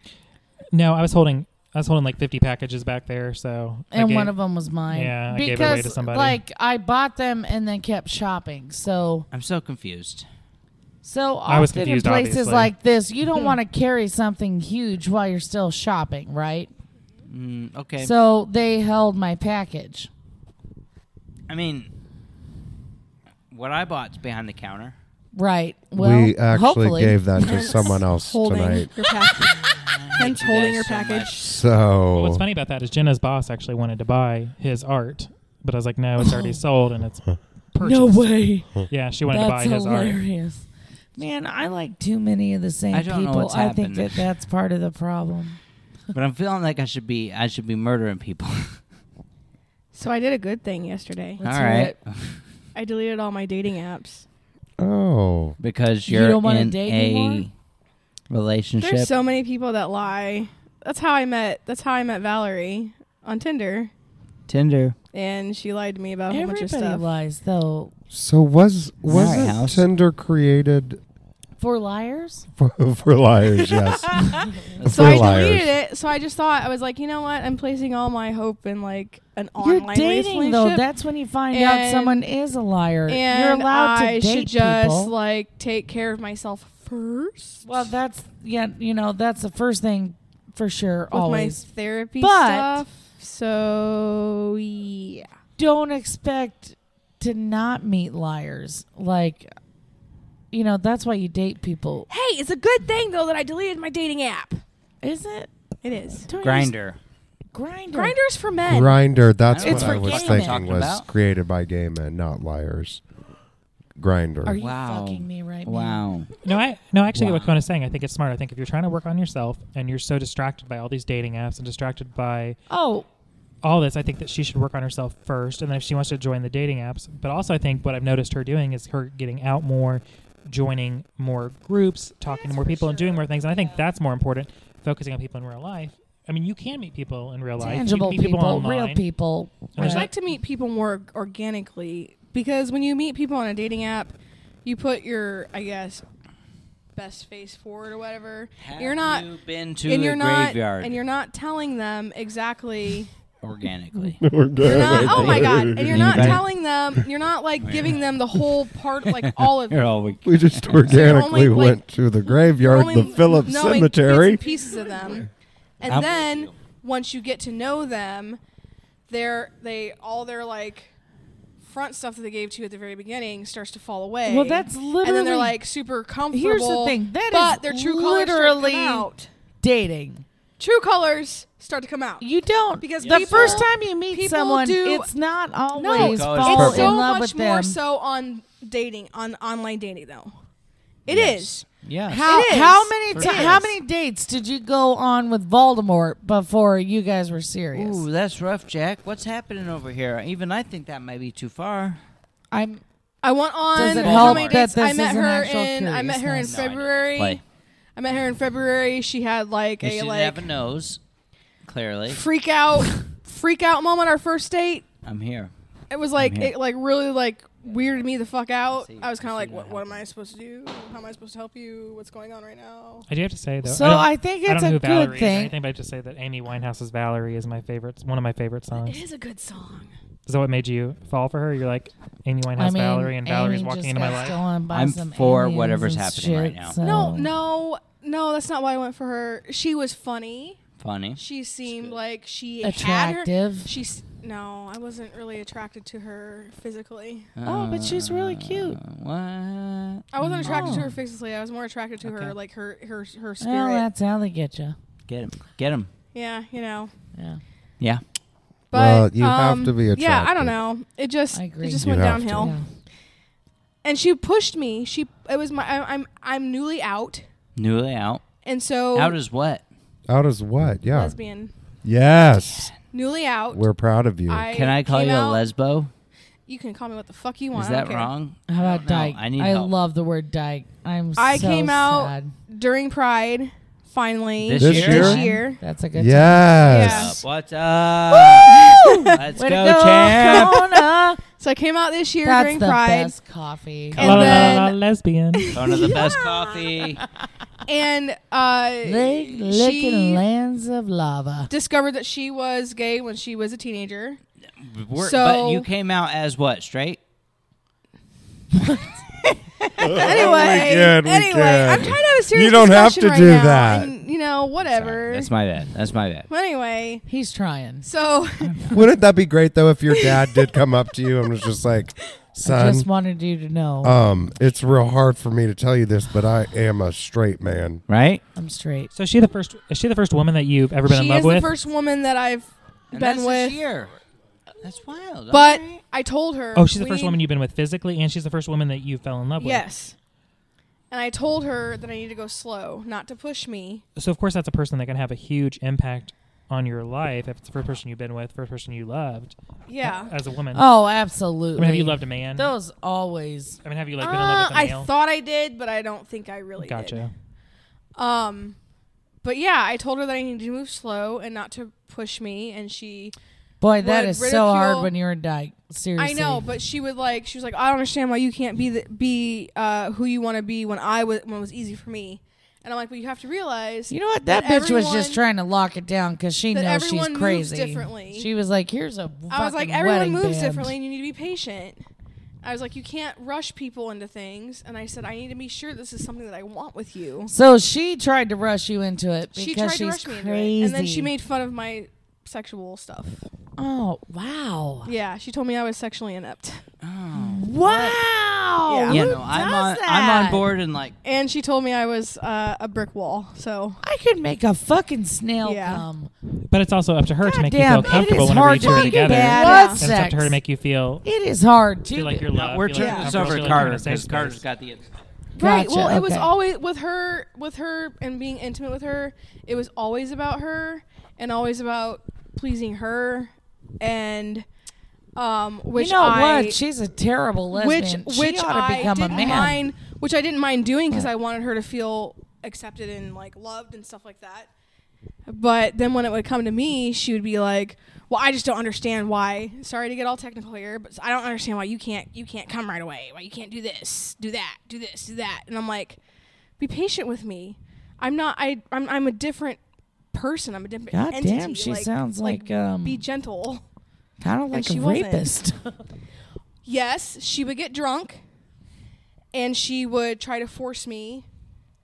Speaker 7: No, I was holding, I was holding like fifty packages back there. So I
Speaker 5: And
Speaker 7: gave-
Speaker 5: one of them was mine.
Speaker 7: Yeah, I
Speaker 5: because
Speaker 7: gave it away to somebody.
Speaker 5: like I bought them and then kept shopping. So
Speaker 4: I'm so confused.
Speaker 5: so often
Speaker 7: I was confused,
Speaker 5: in places
Speaker 7: obviously.
Speaker 5: like this, you
Speaker 4: Hmm.
Speaker 5: don't want to carry something huge while you're still shopping, right?
Speaker 4: Mm, okay.
Speaker 5: So they held my package.
Speaker 4: I mean, what I bought's behind the counter.
Speaker 5: Right. Well,
Speaker 3: we actually
Speaker 5: hopefully.
Speaker 3: gave that to someone else
Speaker 6: holding
Speaker 3: tonight.
Speaker 6: your package. Hence
Speaker 4: you
Speaker 6: holding
Speaker 4: guys
Speaker 6: your
Speaker 4: so
Speaker 6: package.
Speaker 7: Well,
Speaker 3: So
Speaker 7: what's funny about that is Jenna's boss actually wanted to buy his art, but I was like, no, it's already sold and it's purchased.
Speaker 5: No way.
Speaker 7: Yeah, she wanted
Speaker 5: That's
Speaker 7: to buy his art.
Speaker 5: hilarious. Man, I like too many of the same
Speaker 4: I don't know
Speaker 5: people.
Speaker 4: what's
Speaker 5: I
Speaker 4: happened.
Speaker 5: think that that's part of the problem.
Speaker 4: But I'm feeling like I should be I should be murdering people.
Speaker 6: So I did a good thing yesterday.
Speaker 5: Let's
Speaker 4: All
Speaker 5: hear
Speaker 4: right.
Speaker 6: I deleted all my dating apps.
Speaker 3: oh
Speaker 4: Because
Speaker 5: You
Speaker 4: you're
Speaker 5: don't wanna
Speaker 4: in
Speaker 5: date
Speaker 4: a
Speaker 5: anymore?
Speaker 4: relationship.
Speaker 6: There's so many people that lie. That's how I met. That's how I met Valerie on Tinder,
Speaker 4: Tinder.
Speaker 6: and she lied to me about a whole bunch of
Speaker 5: Everybody
Speaker 6: stuff.
Speaker 5: lies though.
Speaker 3: so was was
Speaker 4: Sorry,
Speaker 3: it
Speaker 4: House.
Speaker 3: Tinder created
Speaker 5: For liars?
Speaker 3: for, for liars, yes. For
Speaker 6: So I
Speaker 3: liars.
Speaker 6: deleted it. So I just thought I was like, you know what? I'm placing all my hope in like an
Speaker 5: You're
Speaker 6: online
Speaker 5: dating
Speaker 6: relationship.
Speaker 5: though. That's when you find out
Speaker 6: And-
Speaker 5: someone is a liar.
Speaker 6: and
Speaker 5: You're allowed
Speaker 6: I
Speaker 5: to date
Speaker 6: should just
Speaker 5: people.
Speaker 6: like take care of myself first.
Speaker 5: well, that's yeah. You know, that's the first thing for sure.
Speaker 6: with
Speaker 5: always
Speaker 6: my therapy
Speaker 5: But-
Speaker 6: stuff. So yeah,
Speaker 5: don't expect to not meet liars. Like, you know, that's why you date people,
Speaker 6: hey, it's a good thing though that I deleted my dating app.
Speaker 5: is it?
Speaker 6: It is.
Speaker 5: Don't you
Speaker 4: Grinder.
Speaker 5: just- grinder.
Speaker 6: Grinders for men.
Speaker 3: Grinder, that's
Speaker 4: It's
Speaker 3: what
Speaker 5: for
Speaker 3: I was
Speaker 5: gay men.
Speaker 3: thinking
Speaker 4: Talking
Speaker 3: was
Speaker 4: about.
Speaker 3: created by gay men, not liars.
Speaker 5: Are
Speaker 3: Grinder.
Speaker 5: you
Speaker 4: Wow.
Speaker 5: fucking me right now?
Speaker 4: Wow.
Speaker 7: No, I no, I actually get what
Speaker 4: Wow.
Speaker 7: Kona's saying. I think it's smart. I think if you're trying to work on yourself and you're so distracted by all these dating apps and distracted by
Speaker 5: Oh,
Speaker 7: all this, I think that she should work on herself first, and then if she wants to join the dating apps. But also, I think what I've noticed her doing is her getting out more, joining more groups, talking to more people, and doing more things. And I think that's more important, focusing on people in real life. I mean, you can meet people in real life,
Speaker 5: tangible
Speaker 7: you can meet
Speaker 5: people,
Speaker 7: online.
Speaker 5: real people.
Speaker 7: And there's
Speaker 6: I
Speaker 5: Right.
Speaker 6: like to meet people more organically because when you meet people on a dating app, you put your, I guess, best face forward or whatever. you're not,
Speaker 4: you been to
Speaker 6: and
Speaker 4: a
Speaker 6: you're not,
Speaker 4: graveyard
Speaker 6: and you're not telling them exactly.
Speaker 4: organically.
Speaker 6: You're not, oh my god! And you're not
Speaker 4: Right.
Speaker 6: telling them. You're not like giving them the whole part, like all of.
Speaker 4: You're all weak.
Speaker 3: We just organically
Speaker 6: only, like-
Speaker 3: went to the graveyard,
Speaker 6: only
Speaker 3: the Phillips
Speaker 6: knowing
Speaker 3: Cemetery.
Speaker 6: bits and pieces of them, and
Speaker 4: I'm-
Speaker 6: then once you get to know them, they're they all their like front stuff that they gave to you at the very beginning starts to fall away.
Speaker 5: Well, that's
Speaker 6: and then
Speaker 5: literally-
Speaker 6: they're like super comfortable.
Speaker 5: Here's the thing, that
Speaker 6: but
Speaker 5: is
Speaker 6: their true colors start to
Speaker 5: literally-
Speaker 6: come out.
Speaker 5: dating.
Speaker 6: True colors start to come out.
Speaker 5: You don't
Speaker 6: Because
Speaker 5: because the
Speaker 6: people-
Speaker 5: first time you meet
Speaker 6: people
Speaker 5: someone,
Speaker 6: do-
Speaker 5: it's not
Speaker 6: no,
Speaker 5: always
Speaker 6: it's
Speaker 4: True
Speaker 5: fall
Speaker 4: colors
Speaker 5: in
Speaker 6: so
Speaker 5: love
Speaker 6: much
Speaker 5: with
Speaker 6: more
Speaker 5: them.
Speaker 6: so on dating on online dating though. It
Speaker 4: Yes.
Speaker 6: is.
Speaker 4: Yes.
Speaker 5: How,
Speaker 6: It is.
Speaker 5: how many
Speaker 6: It
Speaker 5: ti- how
Speaker 6: is.
Speaker 5: many dates did you go on with Voldemort before you guys were serious?
Speaker 4: Ooh, that's rough, Jack. What's happening over here? Even I think that might be too far.
Speaker 5: I'm
Speaker 6: I went on
Speaker 5: Does
Speaker 4: it
Speaker 6: how
Speaker 4: help
Speaker 6: many
Speaker 5: that
Speaker 6: dates? I
Speaker 5: this
Speaker 6: met
Speaker 5: is an
Speaker 6: her
Speaker 5: actual
Speaker 6: in I met her in
Speaker 5: curiousness? No,
Speaker 4: I didn't
Speaker 6: February.
Speaker 4: play.
Speaker 6: I met her in February. She had like
Speaker 4: she
Speaker 6: a
Speaker 4: didn't
Speaker 6: like
Speaker 4: have a nose. Clearly,
Speaker 6: freak out freak out moment our first date.
Speaker 4: I'm here.
Speaker 6: It was like
Speaker 4: here.
Speaker 6: it like really like weirded me the fuck out.
Speaker 4: see-
Speaker 6: I was kind
Speaker 4: I
Speaker 6: of
Speaker 4: see
Speaker 6: like,
Speaker 4: what
Speaker 6: what, what am I supposed to do? How am I supposed to help you? What's going on right now?
Speaker 7: I do have to say though.
Speaker 5: so
Speaker 7: don't-
Speaker 5: I, think
Speaker 7: I
Speaker 5: it's
Speaker 7: don't know
Speaker 5: a
Speaker 7: who Valerie
Speaker 5: good
Speaker 7: is or
Speaker 5: thing.
Speaker 7: anything, but I just say that Amy Winehouse's Valerie is my favorite, one of my favorite songs.
Speaker 6: is a good song.
Speaker 7: Is that what made you fall for her? You're like Amy Winehouse,
Speaker 5: I mean,
Speaker 7: Valerie, and Valerie's
Speaker 5: Amy
Speaker 7: walking
Speaker 5: just
Speaker 7: into my
Speaker 5: got
Speaker 7: life.
Speaker 5: stolen by
Speaker 4: I'm
Speaker 5: some
Speaker 4: for
Speaker 5: aliens
Speaker 4: whatever's
Speaker 5: and
Speaker 4: happening right
Speaker 5: shit,
Speaker 4: now.
Speaker 5: so-
Speaker 6: No, no, no. That's not why I went for her. She was funny.
Speaker 4: Funny.
Speaker 6: She seemed
Speaker 4: good.
Speaker 6: like she Had her,
Speaker 5: Attractive.
Speaker 6: she's no, I wasn't really attracted to her physically.
Speaker 5: Oh, but she's really cute.
Speaker 4: Uh, What?
Speaker 6: I wasn't attracted to
Speaker 5: Oh.
Speaker 6: her physically. I was more attracted to
Speaker 4: Okay.
Speaker 6: her like her her her spirit.
Speaker 5: Well, that's how they get you.
Speaker 4: Oh. Get him. Get him.
Speaker 6: yeah, you know.
Speaker 5: Yeah.
Speaker 4: Yeah.
Speaker 6: But
Speaker 3: Well, you have
Speaker 6: um,
Speaker 3: to be
Speaker 6: Yeah, I
Speaker 3: attracted.
Speaker 6: don't know. It just
Speaker 5: I agree.
Speaker 6: it just
Speaker 3: You
Speaker 6: went
Speaker 3: have to.
Speaker 6: downhill. And she pushed me. She it was my I, I'm I'm newly out,
Speaker 4: Newly out.
Speaker 6: and so
Speaker 4: Out is what?
Speaker 3: Out as what? Yeah.
Speaker 6: lesbian.
Speaker 3: Yes.
Speaker 6: Newly out.
Speaker 3: We're proud of you.
Speaker 6: I
Speaker 4: Can I call
Speaker 6: came
Speaker 4: you
Speaker 6: out-
Speaker 4: a lesbo?
Speaker 6: You can call me what the fuck you want.
Speaker 4: Is
Speaker 6: I don't
Speaker 4: that
Speaker 6: care.
Speaker 4: wrong?
Speaker 5: How about
Speaker 4: No,
Speaker 5: dyke?
Speaker 4: I need
Speaker 5: I
Speaker 4: help.
Speaker 5: love the word dyke. I'm
Speaker 6: I
Speaker 5: so
Speaker 6: came out
Speaker 5: sad.
Speaker 6: during Pride? Finally,
Speaker 4: This
Speaker 3: This year?
Speaker 6: This
Speaker 3: year?
Speaker 6: year.
Speaker 5: That's a good
Speaker 6: Yeah.
Speaker 3: yes.
Speaker 4: Up, What's up? Let's
Speaker 5: Way
Speaker 4: go,
Speaker 5: to go,
Speaker 4: champ.
Speaker 5: Kona.
Speaker 6: So I came out this year
Speaker 5: That's
Speaker 6: during
Speaker 5: the
Speaker 6: Pride,
Speaker 5: best coffee.
Speaker 4: Come
Speaker 6: and
Speaker 7: La, la,
Speaker 6: then
Speaker 7: la, la, lesbian.
Speaker 4: Kona, the best coffee.
Speaker 6: and uh,
Speaker 5: Leg licking
Speaker 6: she
Speaker 5: lands of lava.
Speaker 6: discovered that she was gay when she was a teenager.
Speaker 4: We're-
Speaker 6: So-
Speaker 4: but you came out as what? Straight?
Speaker 6: Anyway,
Speaker 3: can, we
Speaker 6: anyway,
Speaker 3: can.
Speaker 6: I'm trying to have a serious.
Speaker 3: You don't have
Speaker 6: discussion
Speaker 3: to
Speaker 6: right
Speaker 3: do
Speaker 6: now,
Speaker 3: that.
Speaker 6: and, you know,
Speaker 4: Sorry,
Speaker 6: whatever.
Speaker 4: That's my bad. That's my bad.
Speaker 6: anyway,
Speaker 5: He's trying.
Speaker 6: so
Speaker 3: Wouldn't that be great though if your dad did come up to you and was just like,
Speaker 5: I
Speaker 3: "Son,
Speaker 5: just wanted you to know
Speaker 6: Uh,
Speaker 3: um, it's real hard for me to tell you this, but I am a straight man."
Speaker 4: Right?
Speaker 5: I'm straight.
Speaker 7: So is she the first? Is she the first woman that you've ever been in
Speaker 6: she
Speaker 7: love
Speaker 6: is
Speaker 7: with?
Speaker 6: the first woman that I've
Speaker 4: And that's this
Speaker 6: been with,
Speaker 4: year. That's wild.
Speaker 6: but
Speaker 4: Okay.
Speaker 6: I told her.
Speaker 7: oh, she's the
Speaker 6: we
Speaker 7: first
Speaker 6: need-
Speaker 7: woman you've been with physically, and she's the first woman that you fell in love
Speaker 6: Yes. And I told her that I need to go slow, not to push me.
Speaker 7: with. So of course that's a person that can have a huge impact on your life if it's the first person you've been with, first person you loved
Speaker 6: Yeah.
Speaker 7: as a woman.
Speaker 5: Oh,
Speaker 7: I
Speaker 5: absolutely.
Speaker 7: mean, have you loved a man?
Speaker 5: Those always.
Speaker 7: I mean, have you like been in
Speaker 6: Uh,
Speaker 7: love with a
Speaker 6: I
Speaker 7: male?
Speaker 6: thought I did, but I don't think I really
Speaker 7: gotcha.
Speaker 6: did. Um, but yeah, I told her that I needed to move slow and not to push me, and she.
Speaker 5: Boy, that
Speaker 6: Would
Speaker 5: is so hard
Speaker 6: ridicule-
Speaker 5: when you're a dyke. Seriously.
Speaker 6: I know, but she would like. She was like, I don't understand why you can't be the, be uh, who you want to be when I was when it was easy for me. And I'm like, well, you have to realize
Speaker 5: You know what? That,
Speaker 6: That
Speaker 5: bitch was just
Speaker 6: everyone-
Speaker 5: trying to lock it down because she
Speaker 6: that
Speaker 5: knows she's
Speaker 6: everyone moves
Speaker 5: crazy.
Speaker 6: differently.
Speaker 5: She was like, "Here's a."
Speaker 6: I was like,
Speaker 5: fucking
Speaker 6: everyone
Speaker 5: wedding
Speaker 6: moves
Speaker 5: band."
Speaker 6: differently, and you need to be patient. I was like, you can't rush people into things, and I said, I need to be sure this is something that I want with you.
Speaker 5: So she tried to rush you into it because
Speaker 6: she tried
Speaker 5: she's
Speaker 6: to rush me
Speaker 5: crazy.
Speaker 6: into it, and then she made fun of my sexual stuff.
Speaker 5: Oh wow!
Speaker 6: Yeah, she told me I was sexually inept,
Speaker 5: Wow!
Speaker 6: Yeah.
Speaker 4: you
Speaker 5: Who
Speaker 4: know, I'm
Speaker 5: does
Speaker 4: on I'm
Speaker 5: that?
Speaker 4: on board and like
Speaker 6: and she told me I was uh, a brick wall. So
Speaker 5: I could make a fucking snail
Speaker 6: Yeah.
Speaker 5: come.
Speaker 7: But it's also up to her to make
Speaker 5: Goddamn,
Speaker 7: you
Speaker 5: it
Speaker 7: feel
Speaker 5: is
Speaker 7: comfortable whenever
Speaker 5: hard
Speaker 7: you
Speaker 5: to
Speaker 7: two are
Speaker 5: fucking
Speaker 7: together.
Speaker 5: bad
Speaker 6: Yeah.
Speaker 5: at
Speaker 6: And
Speaker 7: And it's up to her to
Speaker 5: sex.
Speaker 7: make you feel
Speaker 5: It is hard
Speaker 7: feel
Speaker 5: to.
Speaker 7: like you're loved.
Speaker 4: we're
Speaker 7: feel like
Speaker 4: turning this
Speaker 7: comfortable,
Speaker 4: over
Speaker 7: feel
Speaker 4: to
Speaker 7: like you're in a
Speaker 4: Carter
Speaker 7: safe
Speaker 4: because
Speaker 7: space.
Speaker 4: Carter's got the
Speaker 6: right,
Speaker 5: Gotcha,
Speaker 6: well, it was
Speaker 5: okay.
Speaker 6: always with her, with her, and being intimate with her. It was always about her, and always about pleasing her, and um, which
Speaker 5: you know
Speaker 6: I
Speaker 5: what? She's a terrible
Speaker 6: which
Speaker 5: lesbian.
Speaker 6: which
Speaker 5: she ought to
Speaker 6: I
Speaker 5: become a
Speaker 6: didn't
Speaker 5: man.
Speaker 6: mind, which I didn't mind doing because I wanted her to feel accepted and like loved and stuff like that. But then when it would come to me, she would be like, "Well, I just don't understand why. Sorry to get all technical here, but I don't understand why you can't you can't come right away. Why you can't do this, do that, do this, do that." And I'm like, "Be patient with me. I'm not. I I'm, I'm a different." person i'm a different
Speaker 5: God
Speaker 6: entity.
Speaker 5: damn, she sounds like, um,
Speaker 6: be gentle
Speaker 5: Kind of like
Speaker 6: she
Speaker 5: a
Speaker 6: wasn't.
Speaker 5: rapist.
Speaker 6: yes, she would get drunk and she would try to force me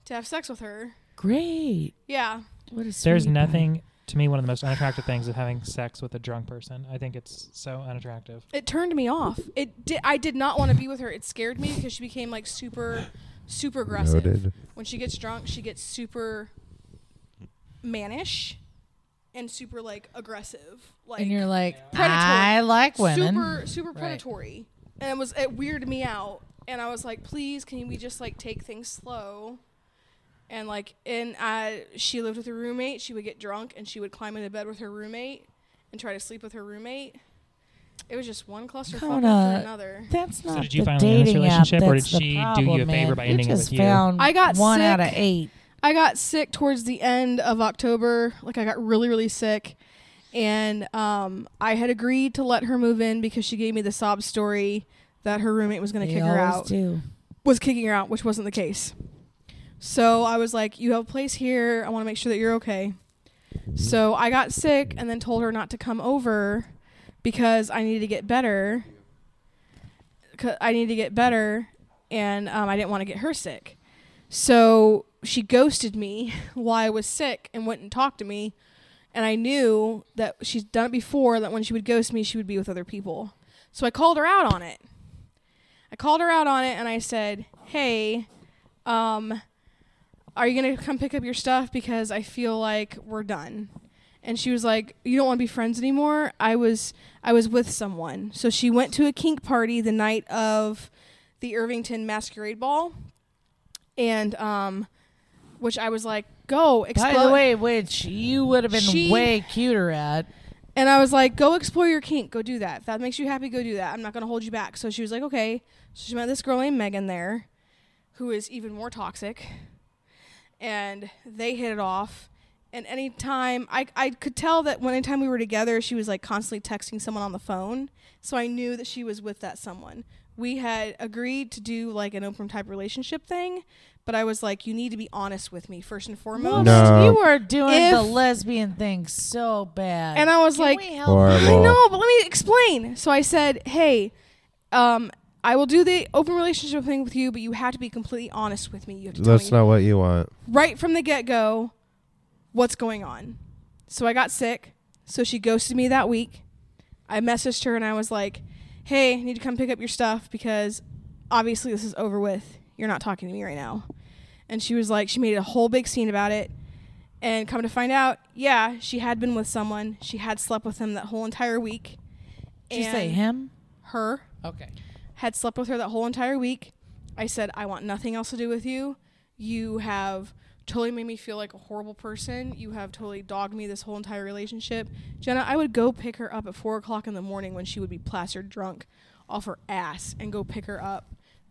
Speaker 6: to have sex with her.
Speaker 5: Great.
Speaker 6: Yeah.
Speaker 5: What a
Speaker 7: There's
Speaker 5: sweetie pie.
Speaker 7: nothing to me one of the most unattractive things of having sex with a drunk person. I think it's so unattractive.
Speaker 6: It turned me off. It did I did not want to be with her. It scared me because she became like super super aggressive.
Speaker 3: Noted.
Speaker 6: When she gets drunk, she gets super mannish and super like aggressive. Like
Speaker 5: And you're like,
Speaker 6: Predatory.
Speaker 5: I like women.
Speaker 6: super super predatory. And it was it weirded me out. and I was like, please, can we just like take things slow? And like, and I, she lived with her roommate. She would get drunk and she would climb into bed with her roommate and try to sleep with her roommate. It was just one clusterfuck
Speaker 5: Kona.
Speaker 6: after another.
Speaker 5: That's not.
Speaker 7: So did you
Speaker 5: the
Speaker 7: finally end this
Speaker 5: dating app
Speaker 7: relationship, or
Speaker 5: that's the
Speaker 7: did she do you a
Speaker 5: problem,
Speaker 7: favor
Speaker 5: man.
Speaker 7: by
Speaker 5: you
Speaker 7: ending it
Speaker 5: just
Speaker 7: with you?
Speaker 5: Found
Speaker 6: I got
Speaker 5: one out of
Speaker 6: sick.
Speaker 5: eight.
Speaker 6: I got sick towards the end of October. Like I got really, really sick. And um, I had agreed to let her move in because she gave me the sob story that her roommate was going to
Speaker 5: They
Speaker 6: kick her
Speaker 5: always
Speaker 6: out.
Speaker 5: do.
Speaker 6: Was kicking her out, which wasn't the case. So I was like, "You have a place here. I want to make sure that you're okay." So I got sick and then told her not to come over because I needed to get better. 'Cause I needed to get better, and um, I didn't want to get her sick. So she ghosted me while I was sick and went and talked to me. And I knew that she's done it before, that when she would ghost me, she would be with other people. So I called her out on it. I called her out on it and I said, Hey, um, are you going to come pick up your stuff? Because I feel like we're done. And she was like, "You don't want to be friends anymore." I was, I was with someone. So she went to a kink party the night of the Irvington Masquerade Ball, and um, which I was like, "Go explore."
Speaker 5: By the way, which you would have been
Speaker 6: She-
Speaker 5: way cuter at.
Speaker 6: And I was like, go explore your kink. Go do that. If that makes you happy, go do that. I'm not going to hold you back. So she was like, okay. So she met this girl named Megan there, who is even more toxic. And they hit it off. And anytime I, I could tell that when anytime we were together, she was like constantly texting someone on the phone. So I knew that she was with that someone. We had agreed to do like an open type relationship thing, but I was like, you need to be honest with me first and foremost.
Speaker 3: No.
Speaker 5: You were doing the
Speaker 6: If-
Speaker 5: lesbian thing so bad.
Speaker 6: And I was
Speaker 5: Can
Speaker 6: like,
Speaker 5: we help
Speaker 3: Horrible.
Speaker 6: I know, but let me explain. So I said, "Hey, um, I will do the open relationship thing with you, but you have to be completely honest with me. You have to
Speaker 3: That's
Speaker 6: tell me
Speaker 3: not what you want.
Speaker 6: right from the get go what's going on." So I got sick. So she ghosted me that week. I messaged her and I was like, "Hey, I need to come pick up your stuff because obviously this is over with. You're not talking to me right now." And she was like, she made a whole big scene about it. And come to find out, yeah, she had been with someone. She had slept with him that whole entire week.
Speaker 5: Did you
Speaker 6: And
Speaker 5: say him?
Speaker 6: Her
Speaker 5: Okay.
Speaker 6: had slept with her that whole entire week. I said, I want nothing else to do with you. You have totally made me feel like a horrible person. You have totally dogged me this whole entire relationship. Jenna, I would go pick her up at four o'clock in the morning when she would be plastered drunk off her ass and go pick her up.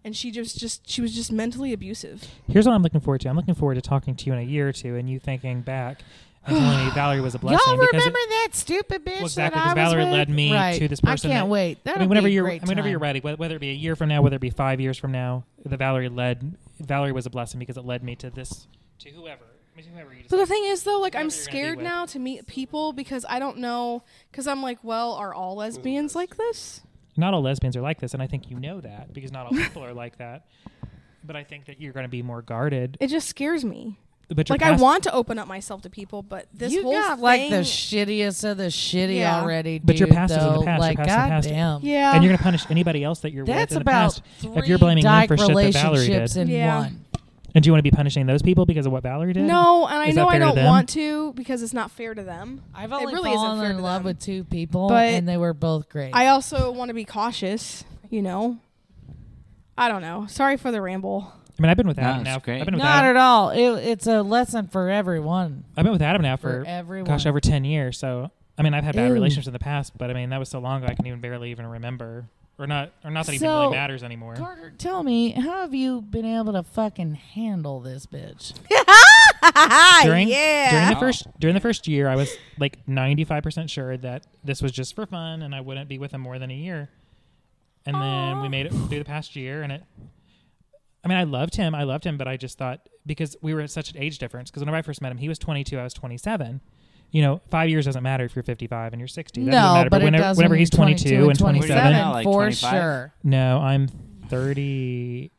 Speaker 6: And she just, just she was just mentally abusive.
Speaker 7: Here's what I'm looking forward to. I'm looking forward to talking to you in a year or two, and you thinking back and telling me Valerie was a blessing.
Speaker 5: Y'all
Speaker 7: because it-
Speaker 5: remember that stupid bitch
Speaker 7: exactly,
Speaker 5: that I was
Speaker 7: 'cause Valerie
Speaker 5: with?
Speaker 7: led me
Speaker 5: right.
Speaker 7: to this person
Speaker 5: I can't
Speaker 7: that-
Speaker 5: wait.
Speaker 7: I
Speaker 5: That'll
Speaker 7: mean, whenever
Speaker 5: be a
Speaker 7: you're, I
Speaker 5: great
Speaker 7: mean, whenever you're
Speaker 5: time.
Speaker 7: ready, wh- whether it be a year from now, whether it be five years from now, the Valerie led. Valerie was a blessing because it led me to this, to whoever, I mean, to whoever you
Speaker 6: But the
Speaker 7: decide.
Speaker 6: thing is, though, like I'm
Speaker 7: Whoever you're gonna be
Speaker 6: scared
Speaker 7: with.
Speaker 6: now to meet people because I don't know. Because I'm like, well, are all lesbians like this?
Speaker 7: Not all lesbians are like this, and I think you know that because not all people are like that. But I think that you're going to be more guarded.
Speaker 6: It just scares me.
Speaker 7: But your
Speaker 6: Like I
Speaker 7: past-
Speaker 6: want to open up myself to people, but this
Speaker 5: you
Speaker 6: whole
Speaker 5: got
Speaker 6: thing,
Speaker 5: like the shittiest of the shitty
Speaker 6: Yeah.
Speaker 5: already,
Speaker 7: But your
Speaker 5: dude,
Speaker 7: past is in the
Speaker 5: though.
Speaker 7: past. Your
Speaker 5: Like,
Speaker 7: past is in the past.
Speaker 5: goddamn.
Speaker 6: yeah.
Speaker 7: and you're going to punish anybody else that you're
Speaker 5: That's
Speaker 7: with in
Speaker 5: about
Speaker 7: the past.
Speaker 5: three
Speaker 7: If you're blaming me
Speaker 5: dyke
Speaker 7: for shit that Valerie
Speaker 5: relationships
Speaker 7: did,
Speaker 5: in
Speaker 6: Yeah.
Speaker 5: one.
Speaker 7: and do you want to be punishing those people because of what Valerie did?
Speaker 6: no, and I
Speaker 7: Is
Speaker 6: know
Speaker 7: that
Speaker 6: I
Speaker 7: fair to
Speaker 6: don't
Speaker 7: them?
Speaker 6: want to because it's not fair to them.
Speaker 5: I've only
Speaker 6: really isn't
Speaker 5: fallen
Speaker 6: fair
Speaker 5: in
Speaker 6: to
Speaker 5: love
Speaker 6: them.
Speaker 5: with two people,
Speaker 6: But
Speaker 5: and they were both great.
Speaker 6: I also want to be cautious, you know. I don't know. Sorry for the ramble.
Speaker 7: I mean, I've been with
Speaker 4: No,
Speaker 7: Adam
Speaker 4: it's
Speaker 7: now.
Speaker 4: great.
Speaker 7: I've been with
Speaker 5: Not at
Speaker 7: Adam.
Speaker 5: all. It, it's a lesson for everyone.
Speaker 7: I've been with Adam now
Speaker 5: For,
Speaker 7: for
Speaker 5: everyone.
Speaker 7: gosh over ten years. So I mean, I've had bad
Speaker 5: Ew.
Speaker 7: relationships in the past, but I mean that was so long ago I can even barely even remember, or not, or not that it even
Speaker 5: So-
Speaker 7: really matters anymore.
Speaker 5: Carter, tell me, how have you been able to fucking handle this bitch?
Speaker 7: during during the
Speaker 4: Wow.
Speaker 7: first during the first year, I was like ninety five percent sure that this was just for fun and I wouldn't be with him more than a year. And then we made it through the past year, and it. I mean, I loved him. I loved him, but I just thought because we were at such an age difference. Because whenever I first met him, he was twenty two, I was twenty seven. You know, five years doesn't matter if you're fifty five and you're sixty. That doesn't
Speaker 5: no,
Speaker 7: matter.
Speaker 5: but
Speaker 7: whenever,
Speaker 5: it doesn't.
Speaker 7: whenever he's twenty
Speaker 5: 22
Speaker 7: two and twenty
Speaker 5: 27,
Speaker 7: seven,
Speaker 4: Now, like
Speaker 5: for
Speaker 4: 25?
Speaker 5: sure.
Speaker 7: no, I'm thirty.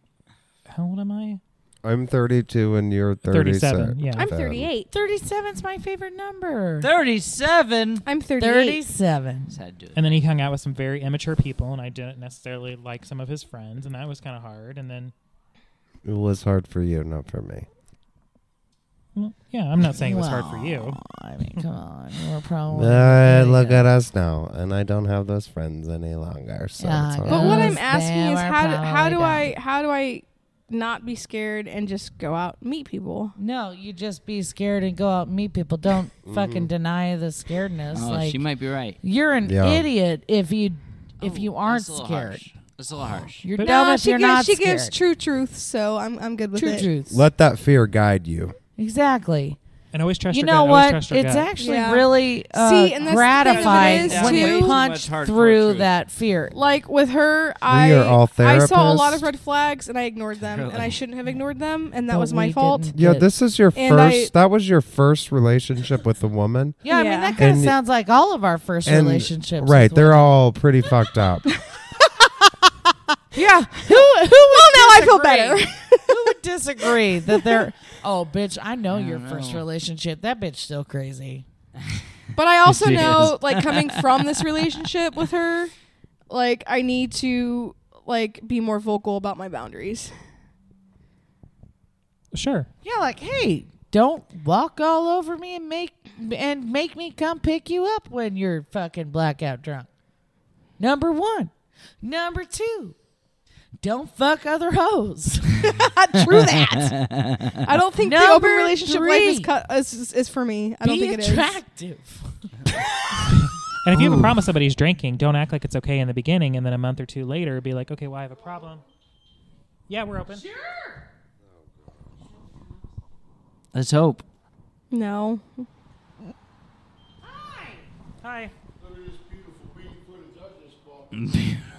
Speaker 7: How old am I?
Speaker 3: I'm 32 and you're 36.
Speaker 7: 37, yeah.
Speaker 6: I'm
Speaker 3: Um,
Speaker 6: 38.
Speaker 5: 37's my favorite number.
Speaker 4: 37.
Speaker 6: I'm 38.
Speaker 5: 37.
Speaker 4: Sad dude.
Speaker 7: And then he hung out with some very immature people, and I didn't necessarily like some of his friends, and that was kind of hard. And then
Speaker 3: It was hard for you, not for me.
Speaker 7: well, yeah, I'm not saying it was hard for you.
Speaker 5: Well, I mean, come on, you were
Speaker 6: Oh,
Speaker 5: probably.
Speaker 3: Uh, look at us now, and I don't have those friends any longer. So
Speaker 5: Yeah,
Speaker 3: it's all
Speaker 5: I
Speaker 6: But what
Speaker 5: Yes,
Speaker 6: I'm asking
Speaker 5: they
Speaker 6: is
Speaker 5: were
Speaker 6: how do, how do
Speaker 5: probably
Speaker 6: I how do I not be scared and just go out and meet people?
Speaker 5: No, you just be scared and go out and meet people. Don't fucking deny the scaredness.
Speaker 4: Mm-hmm. Oh,
Speaker 5: like
Speaker 4: she might be right.
Speaker 5: you're an
Speaker 3: Yeah.
Speaker 5: idiot if you if you
Speaker 4: That's
Speaker 5: aren't
Speaker 4: a little
Speaker 5: scared.
Speaker 4: harsh. That's a little harsh.
Speaker 5: You're
Speaker 7: But-
Speaker 5: dumb
Speaker 6: no,
Speaker 5: if
Speaker 6: she
Speaker 5: you're
Speaker 6: gives
Speaker 5: not
Speaker 6: she
Speaker 5: scared.
Speaker 6: gives true truth, so I'm I'm good with
Speaker 5: True
Speaker 6: it.
Speaker 5: truths.
Speaker 3: Let that fear guide you.
Speaker 5: exactly.
Speaker 7: And always trust
Speaker 5: you
Speaker 7: your
Speaker 5: know
Speaker 7: gut.
Speaker 5: what?
Speaker 7: Always trust your
Speaker 5: It's
Speaker 7: gut.
Speaker 5: actually
Speaker 6: Yeah.
Speaker 5: really uh,
Speaker 6: See, and that's the thing of it
Speaker 5: gratifying
Speaker 6: is,
Speaker 5: when
Speaker 6: too-
Speaker 5: you
Speaker 4: Much
Speaker 5: punch
Speaker 4: hardcore
Speaker 5: through
Speaker 4: truth.
Speaker 5: that fear.
Speaker 6: Like with her, I
Speaker 3: are all
Speaker 6: I saw a lot
Speaker 3: therapists.
Speaker 6: of red flags and I ignored them, and I
Speaker 4: Really?
Speaker 6: shouldn't have ignored them, and that
Speaker 5: But
Speaker 6: was my
Speaker 5: we
Speaker 6: fault.
Speaker 5: didn't
Speaker 3: Yeah,
Speaker 5: get-
Speaker 3: this is your
Speaker 6: And I-
Speaker 3: first. that was your first relationship with a woman.
Speaker 5: Yeah, I mean
Speaker 6: Yeah.
Speaker 5: that kind of
Speaker 3: And-
Speaker 5: sounds like all of our first
Speaker 3: And-
Speaker 5: relationships.
Speaker 3: Right,
Speaker 5: with
Speaker 3: they're
Speaker 5: women.
Speaker 3: all pretty fucked up.
Speaker 5: Yeah, who who would
Speaker 6: now I feel
Speaker 5: disagree?
Speaker 6: better.
Speaker 5: who would disagree that they're? Oh, bitch! I know
Speaker 4: I
Speaker 5: your
Speaker 4: don't
Speaker 5: first
Speaker 4: know.
Speaker 5: relationship. That bitch still crazy.
Speaker 6: But I also
Speaker 4: She
Speaker 6: know,
Speaker 4: is.
Speaker 6: like, coming from this relationship with her, like, I need to like be more vocal about my boundaries.
Speaker 7: Sure.
Speaker 5: Yeah, like hey, don't walk all over me and make and make me come pick you up when you're fucking blackout drunk. Number one. Number two. Don't fuck other hoes.
Speaker 6: True that. I don't think the open
Speaker 5: Number
Speaker 6: relationship life is,
Speaker 5: three.
Speaker 6: cut, is, is is for me. I don't
Speaker 5: Be
Speaker 6: think it is.
Speaker 5: attractive.
Speaker 7: And if you have a problem with somebody's drinking, don't act like it's okay in the beginning, and then a month or two later, be like, okay, well, I have a problem. Yeah, we're open.
Speaker 4: Let's hope.
Speaker 6: No.
Speaker 7: Hi.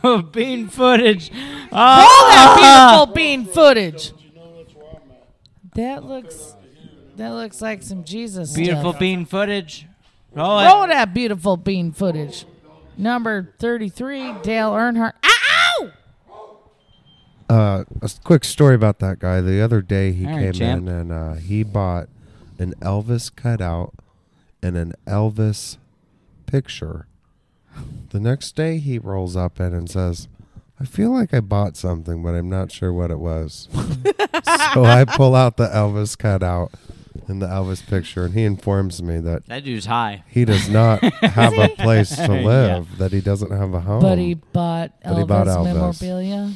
Speaker 4: Oh, Bean footage. Oh.
Speaker 5: All that beautiful bean footage. That looks that looks like some Jesus.
Speaker 4: Beautiful
Speaker 5: stuff.
Speaker 4: bean footage. Roll it.
Speaker 5: Roll that beautiful bean footage. Number thirty-three, Dale Earnhardt. Ah, Ow!
Speaker 3: uh, a s- quick story about that guy. The other day he
Speaker 4: All right,
Speaker 3: came
Speaker 4: champ.
Speaker 3: in and uh, he bought an Elvis cutout and an Elvis picture. The next day he rolls up in and says, I feel like I bought something, but I'm not sure what it was. so I pull out the Elvis cutout and the Elvis picture, and he informs me that
Speaker 4: That dude's high.
Speaker 3: he does not have a place to live, that he doesn't have a home.
Speaker 5: But he bought
Speaker 3: Oh. But
Speaker 5: Elvis
Speaker 3: he bought Elvis.
Speaker 5: memorabilia.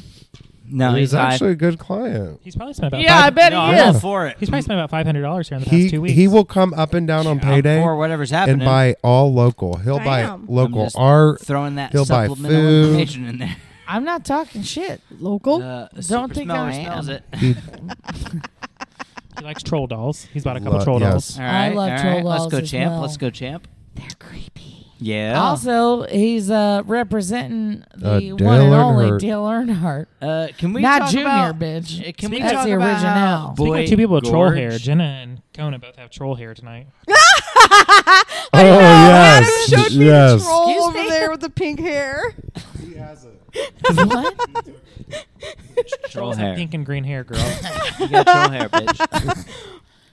Speaker 4: No, he's,
Speaker 3: he's,
Speaker 4: high.
Speaker 3: actually a good client.
Speaker 7: He's probably spent about
Speaker 5: Yeah, I
Speaker 7: five,
Speaker 5: bet
Speaker 4: no,
Speaker 5: he
Speaker 4: I'm
Speaker 5: is.
Speaker 4: all for it.
Speaker 7: he's probably spent about five hundred dollars here in the
Speaker 3: he
Speaker 7: past two weeks.
Speaker 3: he will come up and down on payday
Speaker 4: or whatever's
Speaker 3: and
Speaker 4: happening.
Speaker 3: buy all local. He'll
Speaker 6: Damn.
Speaker 3: buy
Speaker 4: I'm
Speaker 3: local
Speaker 4: just
Speaker 3: art.
Speaker 4: throwing that
Speaker 3: he'll buy
Speaker 4: supplemental
Speaker 3: food.
Speaker 4: information in there.
Speaker 5: I'm not talking shit.
Speaker 6: Local.
Speaker 4: Uh,
Speaker 5: Don't think I am.
Speaker 4: smells it.
Speaker 3: He-
Speaker 7: He likes troll dolls. He's bought a couple
Speaker 3: Lo-
Speaker 7: troll
Speaker 3: yes.
Speaker 7: dolls.
Speaker 4: All
Speaker 5: I
Speaker 4: right,
Speaker 5: love
Speaker 4: all
Speaker 5: troll
Speaker 4: right. Let's
Speaker 5: dolls
Speaker 4: go,
Speaker 5: as
Speaker 4: champ.
Speaker 5: well.
Speaker 4: Let's go, champ.
Speaker 6: They're creepy.
Speaker 4: Yeah.
Speaker 5: Also, he's uh, representing
Speaker 3: Uh,
Speaker 5: the
Speaker 3: Dale
Speaker 5: one and only
Speaker 3: Earnhardt.
Speaker 5: Dale Earnhardt,
Speaker 4: uh, can we
Speaker 5: not
Speaker 4: talk
Speaker 5: Junior,
Speaker 4: about?
Speaker 5: bitch.
Speaker 4: uh, Can we
Speaker 7: Speaking
Speaker 5: That's
Speaker 4: talk
Speaker 5: the
Speaker 4: about
Speaker 5: original.
Speaker 4: boy
Speaker 7: Speaking of two people with troll
Speaker 4: Gorge?
Speaker 7: hair, Jenna and Kona both have troll hair tonight.
Speaker 3: oh yes,
Speaker 6: Adam showed me the
Speaker 3: yes.
Speaker 6: troll
Speaker 5: Excuse
Speaker 6: over
Speaker 5: me?
Speaker 6: there with the pink hair.
Speaker 5: what?
Speaker 4: Troll
Speaker 7: Troll's
Speaker 4: hair.
Speaker 7: have pink and green hair, girl.
Speaker 4: You got troll hair, bitch.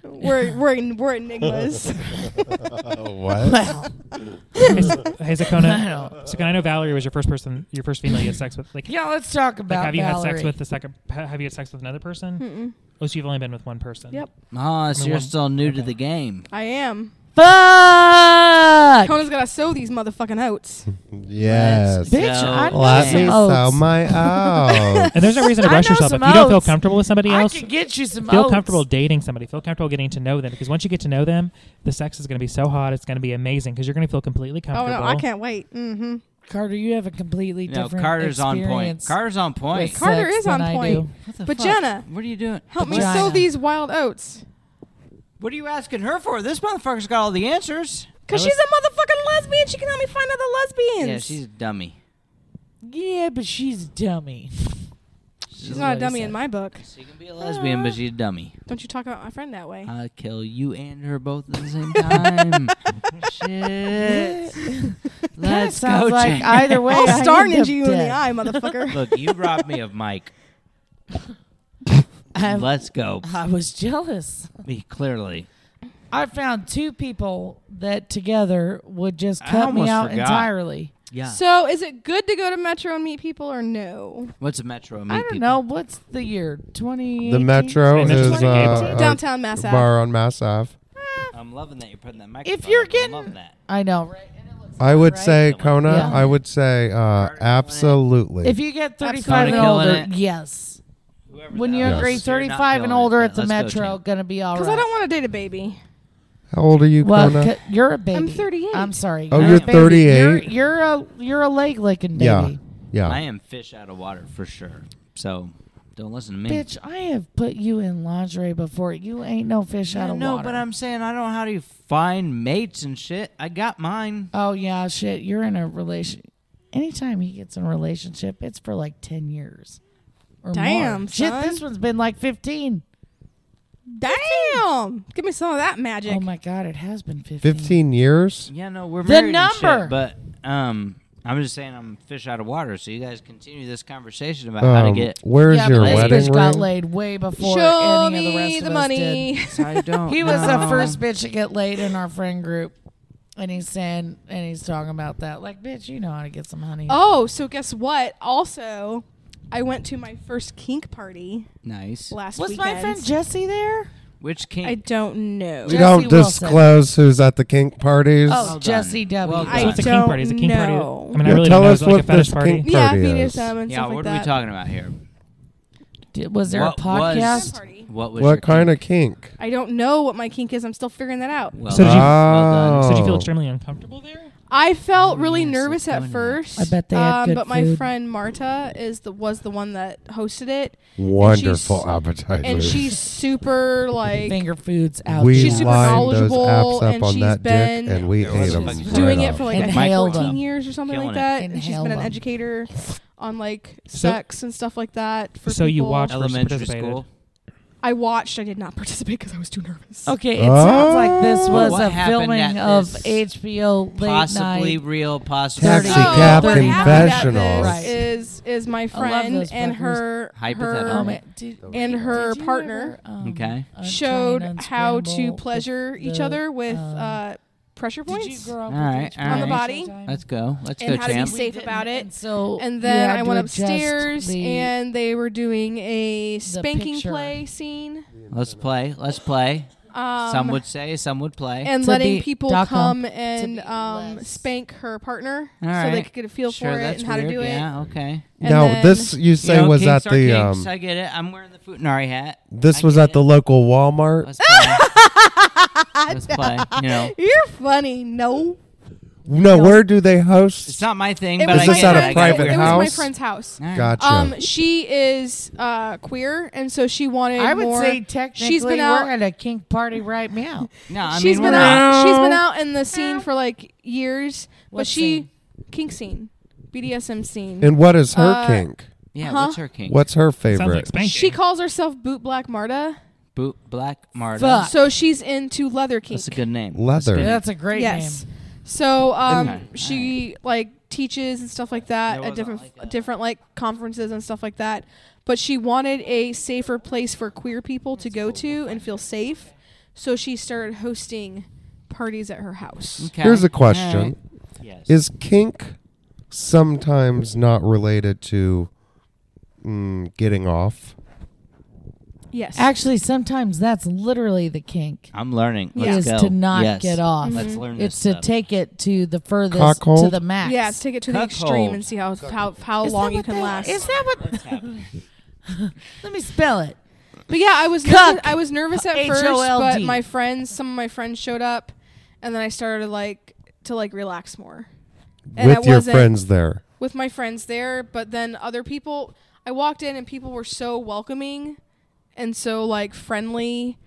Speaker 6: We're we're we're enigmas.
Speaker 3: Oh, what?
Speaker 7: hey, S- hey,
Speaker 5: I
Speaker 7: Sakona. Sakona, I know Valerie was your first person, your first female you had sex with. Like,
Speaker 5: Yeah, let's talk
Speaker 7: like,
Speaker 5: about
Speaker 7: have you
Speaker 5: Valerie.
Speaker 7: had sex with the second? ha- Have you had sex with another person?
Speaker 6: Mm-mm.
Speaker 7: Oh, so you've only been with one person.
Speaker 6: Hmm. Yep.
Speaker 4: Oh, so
Speaker 7: mean,
Speaker 4: you're
Speaker 7: one-
Speaker 4: still new to
Speaker 7: okay.
Speaker 4: the game.
Speaker 6: I am.
Speaker 5: Fuck,
Speaker 6: Kona's gotta sow these motherfucking oats.
Speaker 3: yes.
Speaker 4: Let's
Speaker 5: bitch!
Speaker 4: So
Speaker 5: I know
Speaker 3: Let
Speaker 4: Let
Speaker 5: some
Speaker 3: me
Speaker 4: me
Speaker 3: sow
Speaker 5: oats.
Speaker 3: my out.
Speaker 7: And there's no reason to
Speaker 5: I
Speaker 7: rush
Speaker 5: know
Speaker 7: yourself. If
Speaker 5: some
Speaker 7: you don't feel
Speaker 5: oats.
Speaker 7: comfortable with somebody
Speaker 5: I
Speaker 7: else,
Speaker 5: could get you some
Speaker 7: feel
Speaker 5: oats.
Speaker 7: comfortable dating somebody. Feel comfortable getting to know them because once you get to know them, the sex is going to be so hot. It's going to be amazing because you're going to feel completely
Speaker 6: Oh
Speaker 7: comfortable.
Speaker 6: no, I can't wait. Mm-hmm.
Speaker 5: Carter, you have a completely
Speaker 4: No,
Speaker 5: different
Speaker 4: Carter's on point.
Speaker 5: experience
Speaker 4: Carter's on point.
Speaker 5: with
Speaker 6: Carter
Speaker 5: sex
Speaker 6: is on
Speaker 5: than I
Speaker 6: point.
Speaker 5: do.
Speaker 4: What the
Speaker 6: But
Speaker 4: fuck?
Speaker 6: Jenna,
Speaker 4: what are you doing?
Speaker 6: Help me
Speaker 5: Vagina.
Speaker 6: sow these wild oats.
Speaker 4: What are you asking her for? This motherfucker's got all the answers.
Speaker 6: Cause
Speaker 4: I
Speaker 6: she's a motherfucking lesbian. She can help me find other
Speaker 4: was-
Speaker 6: lesbians.
Speaker 4: yeah, she's a dummy.
Speaker 5: Yeah, but she's a dummy.
Speaker 6: She's not
Speaker 5: what
Speaker 6: a
Speaker 5: he
Speaker 6: dummy
Speaker 5: said.
Speaker 6: in my book.
Speaker 4: She can be a lesbian, but she's a dummy.
Speaker 6: Don't you talk about my friend that way.
Speaker 4: I'll kill you and her both at the same time. Shit.
Speaker 5: That
Speaker 4: Let's go,
Speaker 5: sounds like
Speaker 4: Jane.
Speaker 5: either way.
Speaker 6: I'll
Speaker 5: I
Speaker 6: star
Speaker 5: end up
Speaker 6: ninja you in the
Speaker 5: dead.
Speaker 6: eye, motherfucker.
Speaker 4: Look, you robbed me of Mike.
Speaker 5: I'm-
Speaker 4: Let's go.
Speaker 5: I was jealous.
Speaker 4: Me clearly.
Speaker 5: I found two people that together would just
Speaker 4: I
Speaker 5: cut me
Speaker 4: almost
Speaker 5: out
Speaker 4: forgot.
Speaker 5: entirely.
Speaker 4: Yeah.
Speaker 6: So is it good to go to Metro and meet people or no?
Speaker 4: What's a metro? Meet
Speaker 5: I don't
Speaker 4: people?
Speaker 5: know. What's the year? 20.
Speaker 3: The Metro
Speaker 7: It's
Speaker 3: is
Speaker 7: 2018.
Speaker 3: uh, a
Speaker 6: Downtown Mass Ave.
Speaker 3: bar on Mass Ave.
Speaker 4: I'm loving that you're putting that microphone.
Speaker 5: If you're
Speaker 4: up.
Speaker 5: getting.
Speaker 4: I love that.
Speaker 5: I know, right? And it looks
Speaker 3: I would
Speaker 5: right?
Speaker 3: say Kona.
Speaker 5: Yeah.
Speaker 3: I would say uh, absolutely.
Speaker 5: If you get 35
Speaker 4: Absolutely.
Speaker 5: and
Speaker 4: Killing
Speaker 5: older,
Speaker 4: it.
Speaker 5: yes.
Speaker 4: Whoever
Speaker 5: When
Speaker 4: that
Speaker 5: you're
Speaker 4: is,
Speaker 3: Yes.
Speaker 5: grade
Speaker 4: you're not
Speaker 5: 35 and
Speaker 4: feeling it,
Speaker 5: older,
Speaker 4: but
Speaker 5: it's a
Speaker 4: let's go
Speaker 5: metro
Speaker 4: change.
Speaker 5: going to be all right.
Speaker 6: Because I don't want to date a baby.
Speaker 3: How old are you,
Speaker 5: Well,
Speaker 3: Kona?
Speaker 5: c- you're a baby.
Speaker 6: I'm 38.
Speaker 5: I'm sorry.
Speaker 3: Oh,
Speaker 5: You're
Speaker 4: you're
Speaker 5: a baby. You're,
Speaker 3: 38?
Speaker 5: you're a you're a leg licking baby.
Speaker 3: yeah, yeah.
Speaker 4: I am fish out of water for sure. So don't listen to me.
Speaker 5: Bitch, I have put you in lingerie before. You ain't no fish out of
Speaker 4: no,
Speaker 5: water.
Speaker 4: but I'm saying I don't know how to find mates and shit. I got mine.
Speaker 5: Oh yeah, shit. You're in a relation. Anytime he gets in a relationship, it's for like ten years. Or
Speaker 6: Damn,
Speaker 5: more. shit.
Speaker 6: son.
Speaker 5: This one's been like fifteen.
Speaker 6: Damn! Give me some of that magic.
Speaker 5: Oh my god, it has been fifteen.
Speaker 3: Fifteen years.
Speaker 4: Yeah, no, we're
Speaker 5: The
Speaker 4: married and shit,
Speaker 5: number.
Speaker 4: but um, I'm just saying I'm fish out of water. So you guys continue this conversation about how to
Speaker 3: Um,
Speaker 4: get.
Speaker 3: where's
Speaker 5: yeah,
Speaker 3: your
Speaker 5: but this
Speaker 3: wedding
Speaker 5: bitch got
Speaker 3: ring?
Speaker 5: laid way before
Speaker 6: Show
Speaker 5: any of the rest
Speaker 6: me
Speaker 5: of
Speaker 6: the
Speaker 5: us did.
Speaker 6: money.
Speaker 4: I
Speaker 3: Oh,
Speaker 4: don't.
Speaker 5: He was the
Speaker 4: know.
Speaker 5: first bitch to get laid in our friend group, and he's saying and he's talking about that. Like, bitch, you know how to get some honey.
Speaker 6: Oh, so guess what? Also, I went to my first kink party
Speaker 4: Nice.
Speaker 6: last
Speaker 5: was
Speaker 6: weekend.
Speaker 5: my friend Jesse there?
Speaker 4: Which
Speaker 6: I
Speaker 4: king?
Speaker 6: don't know.
Speaker 3: We
Speaker 5: Jesse
Speaker 3: don't
Speaker 5: Wilson.
Speaker 3: disclose who's at the kink parties.
Speaker 5: Oh,
Speaker 4: done.
Speaker 5: Jesse W.
Speaker 4: Well
Speaker 6: I
Speaker 7: So it's a
Speaker 6: don't
Speaker 7: kink party. It's a kink party.
Speaker 6: know.
Speaker 7: I mean, I
Speaker 3: Yeah,
Speaker 7: really
Speaker 3: tell
Speaker 7: don't know.
Speaker 3: us
Speaker 7: Is it like
Speaker 3: what
Speaker 7: a fetish
Speaker 3: this
Speaker 7: party?
Speaker 3: kink-
Speaker 6: yeah,
Speaker 3: party is.
Speaker 6: BDSM and
Speaker 4: yeah,
Speaker 6: stuff
Speaker 4: what
Speaker 6: like
Speaker 4: are we
Speaker 6: that.
Speaker 4: talking about here?
Speaker 5: Did, was there
Speaker 4: What
Speaker 5: a
Speaker 4: was-
Speaker 5: podcast?
Speaker 6: Party.
Speaker 4: What was
Speaker 3: what kind of kink?
Speaker 6: I don't know what my kink is. I'm still figuring that out.
Speaker 4: Well,
Speaker 7: So did you-
Speaker 4: well
Speaker 7: So did you feel
Speaker 3: Oh.
Speaker 7: extremely uncomfortable there?
Speaker 6: I felt really
Speaker 4: oh, yes, let's
Speaker 6: nervous
Speaker 4: go
Speaker 6: at
Speaker 4: into that.
Speaker 6: first.
Speaker 5: I bet they had
Speaker 6: um,
Speaker 5: good
Speaker 6: But my
Speaker 5: food.
Speaker 6: friend Marta is the was the one that hosted it,
Speaker 3: Wonderful
Speaker 6: and
Speaker 3: appetizer.
Speaker 6: and she's super like
Speaker 5: Finger foods out.
Speaker 3: we
Speaker 6: she's super
Speaker 3: lined those
Speaker 6: knowledgeable,
Speaker 3: apps up
Speaker 6: and
Speaker 3: on
Speaker 6: she's
Speaker 3: that dick,
Speaker 6: been
Speaker 3: and we
Speaker 4: Yeah,
Speaker 3: ate
Speaker 4: what
Speaker 3: them.
Speaker 4: the fuck is
Speaker 6: doing
Speaker 3: right
Speaker 6: it for
Speaker 3: off.
Speaker 6: like I
Speaker 5: Inhale
Speaker 6: think 14
Speaker 5: them.
Speaker 6: years or something
Speaker 4: Killing
Speaker 6: like
Speaker 4: it.
Speaker 6: that, and she's
Speaker 5: Inhale
Speaker 6: been an
Speaker 5: them.
Speaker 6: educator on like
Speaker 7: So-
Speaker 6: sex and stuff like that. For
Speaker 7: So you
Speaker 6: people.
Speaker 7: watched-
Speaker 4: elementary
Speaker 7: participated.
Speaker 4: school?
Speaker 6: I watched. I did not participate because I was too nervous.
Speaker 5: Okay, it sounds like this
Speaker 3: Oh.
Speaker 5: was
Speaker 4: What
Speaker 5: a
Speaker 4: happened
Speaker 5: filming
Speaker 4: at
Speaker 5: of
Speaker 4: this
Speaker 5: HBO late
Speaker 4: Possibly
Speaker 5: night.
Speaker 4: real. Possibly
Speaker 3: Taxi
Speaker 5: Dirty.
Speaker 6: So,
Speaker 3: cab
Speaker 5: Dirty.
Speaker 6: what happened at
Speaker 3: confessionals.
Speaker 6: this
Speaker 5: Right.
Speaker 6: is is my friend
Speaker 5: those
Speaker 6: and
Speaker 5: fuckers.
Speaker 6: her
Speaker 4: Hypothetical.
Speaker 5: Um,
Speaker 6: her
Speaker 5: it- did-
Speaker 6: and her
Speaker 5: did you
Speaker 6: partner
Speaker 5: ever, um,
Speaker 4: Okay.
Speaker 5: uh,
Speaker 6: showed
Speaker 5: try and
Speaker 6: how to
Speaker 5: unscramble
Speaker 6: pleasure
Speaker 5: the-
Speaker 6: each
Speaker 5: the,
Speaker 6: other with
Speaker 5: um,
Speaker 6: uh, pressure
Speaker 5: Did
Speaker 6: points.
Speaker 5: you grow up
Speaker 4: All right,
Speaker 5: with
Speaker 4: all
Speaker 5: on
Speaker 4: right.
Speaker 5: the body?
Speaker 4: Let's go. Let's
Speaker 6: And
Speaker 4: go,
Speaker 6: how to be
Speaker 4: champ.
Speaker 6: safe about it.
Speaker 5: And so
Speaker 6: and
Speaker 5: you
Speaker 6: then
Speaker 5: had
Speaker 6: I
Speaker 5: to
Speaker 6: went
Speaker 5: adjust
Speaker 6: upstairs
Speaker 5: the-
Speaker 6: and they were doing a spanking
Speaker 5: picture.
Speaker 6: play scene.
Speaker 4: Let's play. Let's play.
Speaker 6: Um,
Speaker 4: some would say. Some would play.
Speaker 6: and
Speaker 5: To
Speaker 6: letting
Speaker 5: be-
Speaker 6: people
Speaker 5: dot com.
Speaker 6: come and
Speaker 5: be
Speaker 6: um,
Speaker 5: less.
Speaker 6: spank her partner
Speaker 4: All
Speaker 6: so they
Speaker 4: right.
Speaker 6: could get a feel
Speaker 4: sure,
Speaker 6: for it
Speaker 4: that's
Speaker 6: and how
Speaker 4: weird.
Speaker 6: to do it.
Speaker 4: Yeah. Okay.
Speaker 6: And
Speaker 3: Now
Speaker 6: then-
Speaker 3: this you say
Speaker 4: You know,
Speaker 3: was
Speaker 4: kinks
Speaker 3: at
Speaker 4: are
Speaker 3: the
Speaker 4: kinks.
Speaker 3: um
Speaker 4: I get it. I'm wearing the Futanari hat.
Speaker 3: this
Speaker 4: I
Speaker 3: was
Speaker 4: get
Speaker 3: at
Speaker 4: it.
Speaker 3: the local Walmart.
Speaker 4: Let's play. Let's play. You know,
Speaker 6: You're funny. No,
Speaker 3: No, where do they host?
Speaker 4: it's not my thing,
Speaker 6: it
Speaker 4: but
Speaker 6: was
Speaker 4: I
Speaker 3: this
Speaker 6: my
Speaker 4: get
Speaker 3: at
Speaker 4: it.
Speaker 3: a
Speaker 6: friend's-
Speaker 4: I get it.
Speaker 3: private
Speaker 6: It was
Speaker 3: house?
Speaker 6: my friend's house.
Speaker 4: All right.
Speaker 3: Gotcha.
Speaker 6: Um, she is uh, queer, and so she wanted.
Speaker 5: I would
Speaker 6: more.
Speaker 5: say technically
Speaker 6: she's been out.
Speaker 5: we're at a kink party right now.
Speaker 4: No, I
Speaker 6: she's
Speaker 4: mean we're
Speaker 6: been
Speaker 4: not.
Speaker 6: out. She's been out in the scene for like years,
Speaker 5: What
Speaker 6: but she
Speaker 5: scene?
Speaker 6: kink scene, BDSM scene.
Speaker 3: and what is her
Speaker 6: Uh,
Speaker 3: kink?
Speaker 4: Yeah,
Speaker 6: Huh?
Speaker 4: what's her king?
Speaker 3: What's her
Speaker 7: Sounds like
Speaker 3: favorite?
Speaker 7: spanking.
Speaker 6: she calls herself Boot Black Marta,
Speaker 4: Boot Black Marta.
Speaker 5: Fuck.
Speaker 6: so she's into leather kink.
Speaker 4: That's a good name.
Speaker 3: Leather.
Speaker 4: That's
Speaker 5: That's a great
Speaker 6: yes.
Speaker 5: name.
Speaker 6: So um,
Speaker 4: Okay.
Speaker 6: she like teaches and stuff like that
Speaker 4: There
Speaker 6: at
Speaker 4: wasn't
Speaker 6: different
Speaker 4: like a-
Speaker 6: different like conferences and stuff like that. But she wanted a safer place for queer people to go to and feel safe, so she started hosting parties at her
Speaker 5: Mm.
Speaker 6: house.
Speaker 4: Okay.
Speaker 3: Here's a
Speaker 4: All
Speaker 3: question.
Speaker 4: right. Yes.
Speaker 3: Is kink sometimes not related to mm, getting off?
Speaker 6: Yes,
Speaker 5: Actually, sometimes that's literally the kink.
Speaker 4: I'm learning.
Speaker 6: Yeah.
Speaker 5: Is
Speaker 4: Let's go.
Speaker 5: to not
Speaker 4: Yes.
Speaker 5: get off. Mm-hmm.
Speaker 4: Let's learn this
Speaker 5: It's to
Speaker 4: stuff.
Speaker 5: take it to the furthest to
Speaker 3: Cockhold?
Speaker 5: the max.
Speaker 6: yeah, take it to the
Speaker 4: Cuckold.
Speaker 6: extreme and see how how, how
Speaker 5: Is that
Speaker 6: long you
Speaker 5: what
Speaker 6: can
Speaker 5: that-
Speaker 6: last.
Speaker 5: Is that what?
Speaker 4: happening?
Speaker 5: Let me spell it.
Speaker 6: But yeah, I was
Speaker 5: Cuck.
Speaker 6: nervous, I was nervous at first,
Speaker 5: H-O-L-D.
Speaker 6: but my friends, some of my friends showed up, and then I started like to like relax more. And I
Speaker 3: With your
Speaker 6: wasn't-
Speaker 3: friends there.
Speaker 6: with my friends there, but then other people I walked in and people were so welcoming and so like friendly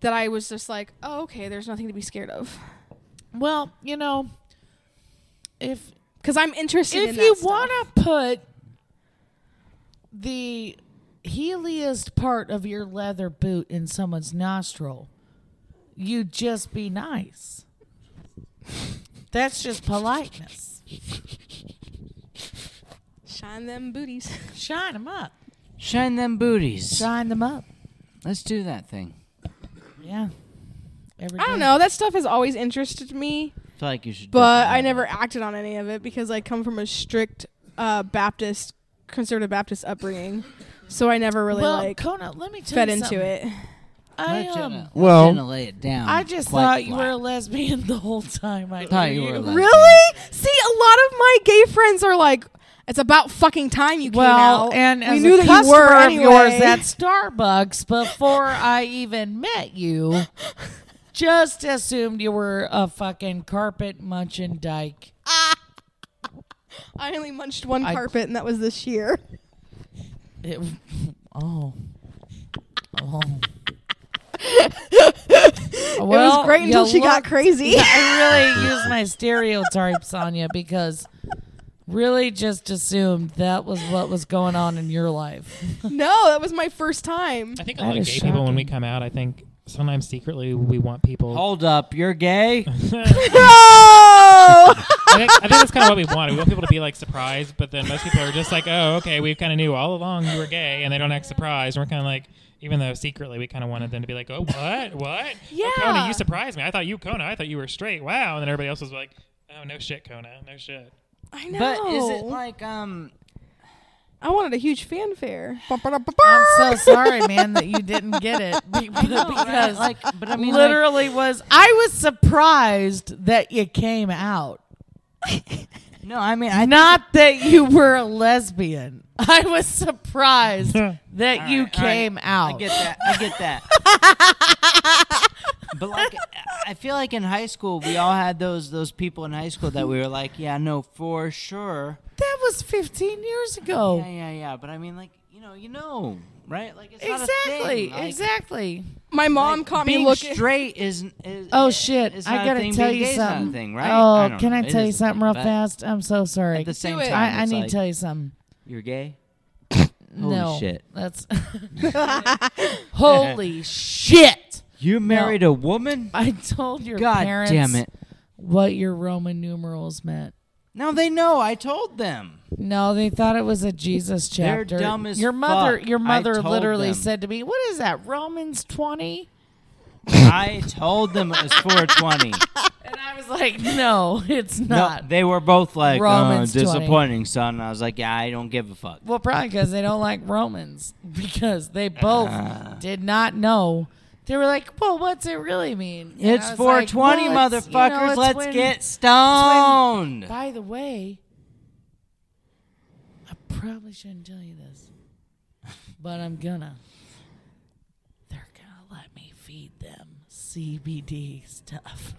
Speaker 6: that I was just like, "Oh, okay, there's nothing to be scared of."
Speaker 5: Well, you know, if
Speaker 6: Cuz I'm interested in
Speaker 5: if
Speaker 6: that
Speaker 5: you
Speaker 6: stuff.
Speaker 5: want to put the heeliest part of your leather boot in someone's nostril, you just be nice. That's just politeness.
Speaker 6: shine them booties.
Speaker 5: Shine them up.
Speaker 4: Shine them booties.
Speaker 5: Shine them up.
Speaker 4: Let's do that thing.
Speaker 5: Yeah. Every
Speaker 6: I don't
Speaker 5: day.
Speaker 6: know, that stuff has always interested me.
Speaker 4: feel like you should.
Speaker 6: but
Speaker 4: definitely-
Speaker 6: I never acted on any of it because I come from a strict uh, Baptist, conservative Baptist upbringing, so I never really
Speaker 5: well,
Speaker 6: like
Speaker 5: Kona, let me tell
Speaker 6: fed
Speaker 5: you
Speaker 6: into
Speaker 5: something.
Speaker 6: it.
Speaker 5: I
Speaker 4: Not
Speaker 5: um,
Speaker 4: gonna-
Speaker 3: Well-
Speaker 4: not gonna lay it down.
Speaker 5: I just
Speaker 4: quite
Speaker 5: thought you
Speaker 4: flat.
Speaker 5: were a lesbian the whole time. I
Speaker 4: Thought
Speaker 5: knew
Speaker 4: you were a lesbian.
Speaker 6: Really? See, a lot of my gay friends are like, "It's about fucking time you came
Speaker 5: Well,
Speaker 6: out."
Speaker 5: and
Speaker 6: we
Speaker 5: as
Speaker 6: knew
Speaker 5: a
Speaker 6: that you
Speaker 5: customer
Speaker 6: were
Speaker 5: of
Speaker 6: anyway.
Speaker 5: yours at Starbucks before I even met you, just assumed you were a fucking carpet munching dyke.
Speaker 6: I only munched one
Speaker 5: I-
Speaker 6: carpet, and that was this year.
Speaker 5: It- oh, oh.
Speaker 6: it was great until she got crazy.
Speaker 5: I really used my stereotypes on you because really just assumed that was what was going on in your life.
Speaker 6: no, that was my first time.
Speaker 7: I think a
Speaker 5: That
Speaker 7: lot of
Speaker 5: is
Speaker 7: gay people, when we
Speaker 5: shocking.
Speaker 7: come out, I think sometimes secretly we want people.
Speaker 4: Hold up, you're gay.
Speaker 6: No.
Speaker 7: I, think, I think that's kind of what we want. We want people to be like surprised, but then most people are just like, "Oh, okay, we kind of knew all along you were gay," and they don't act surprised. And we're kind of like, even though secretly we kind of wanted them to be like, "Oh, what? What?
Speaker 6: Yeah.
Speaker 7: oh, Kona, you surprised me. I thought you, Kona, I thought you were straight. Wow." And then everybody else was like, "Oh, no shit, Kona, no shit."
Speaker 6: I know.
Speaker 4: But is it like um?
Speaker 6: I wanted a huge fanfare.
Speaker 5: I'm so sorry, man, that you didn't get it be- because
Speaker 4: Like, but I mean, like-
Speaker 5: literally was I was surprised that you came out.
Speaker 4: no, I mean, I
Speaker 5: Not that you were a lesbian. I was surprised that
Speaker 4: All
Speaker 5: you
Speaker 4: right, all right.
Speaker 5: came out.
Speaker 4: I get that. I get that. but like, I feel like in high school, we all had those those people in high school that we were like, yeah, no, for sure.
Speaker 5: That was 15 years ago.
Speaker 4: Yeah, yeah, yeah. But I mean, like, you know, you know, right? Like, it's not a
Speaker 5: Exactly.
Speaker 4: thing. Like,
Speaker 5: exactly.
Speaker 6: My mom
Speaker 4: like,
Speaker 6: caught me
Speaker 4: being
Speaker 6: looking.
Speaker 4: straight is, is
Speaker 5: Oh shit!
Speaker 4: is not
Speaker 5: I
Speaker 4: a
Speaker 5: gotta
Speaker 4: thing,
Speaker 5: tell
Speaker 4: being
Speaker 5: you
Speaker 4: gay is not a
Speaker 5: something.
Speaker 4: thing, right?
Speaker 5: Oh,
Speaker 4: don't
Speaker 5: can
Speaker 4: know.
Speaker 5: I
Speaker 4: It
Speaker 5: tell you
Speaker 4: is a thing,
Speaker 5: something real
Speaker 4: but
Speaker 5: fast? I'm so sorry.
Speaker 4: At the same
Speaker 6: Do it.
Speaker 4: time,
Speaker 5: I, I
Speaker 4: it's
Speaker 5: need
Speaker 4: like,
Speaker 5: to tell you something.
Speaker 4: You're gay. Holy
Speaker 5: No,
Speaker 4: shit.
Speaker 5: that's holy shit.
Speaker 4: You married a woman?
Speaker 5: I told your
Speaker 4: God
Speaker 5: parents
Speaker 4: damn it!
Speaker 5: what your Roman numerals meant.
Speaker 4: Now they know. I told them.
Speaker 5: No, they thought it was a Jesus
Speaker 4: They're
Speaker 5: chapter.
Speaker 4: dumb as
Speaker 5: your mother,
Speaker 4: fuck.
Speaker 5: your
Speaker 4: I
Speaker 5: mother
Speaker 4: told
Speaker 5: literally
Speaker 4: them.
Speaker 5: said to me, "What is that? Romans 20?"
Speaker 4: I told them it was 420.
Speaker 5: And I was like, "No, it's
Speaker 4: No,
Speaker 5: not."
Speaker 4: they were both like, uh,
Speaker 5: Romans 20.
Speaker 4: disappointing, son. And I was like, yeah, I don't give a fuck.
Speaker 5: Well, probably because they don't like Romans because they
Speaker 4: Ah.
Speaker 5: both did not know. They were like, "Well, what's it really mean?" And
Speaker 4: It's
Speaker 5: I was
Speaker 4: 420,
Speaker 5: like, "Well, it's- you know,
Speaker 4: motherfuckers.
Speaker 5: it's
Speaker 4: Let's
Speaker 5: when-
Speaker 4: get stoned.
Speaker 5: By the way, I probably shouldn't tell you this, but I'm gonna. They're gonna let me feed them CBD stuff.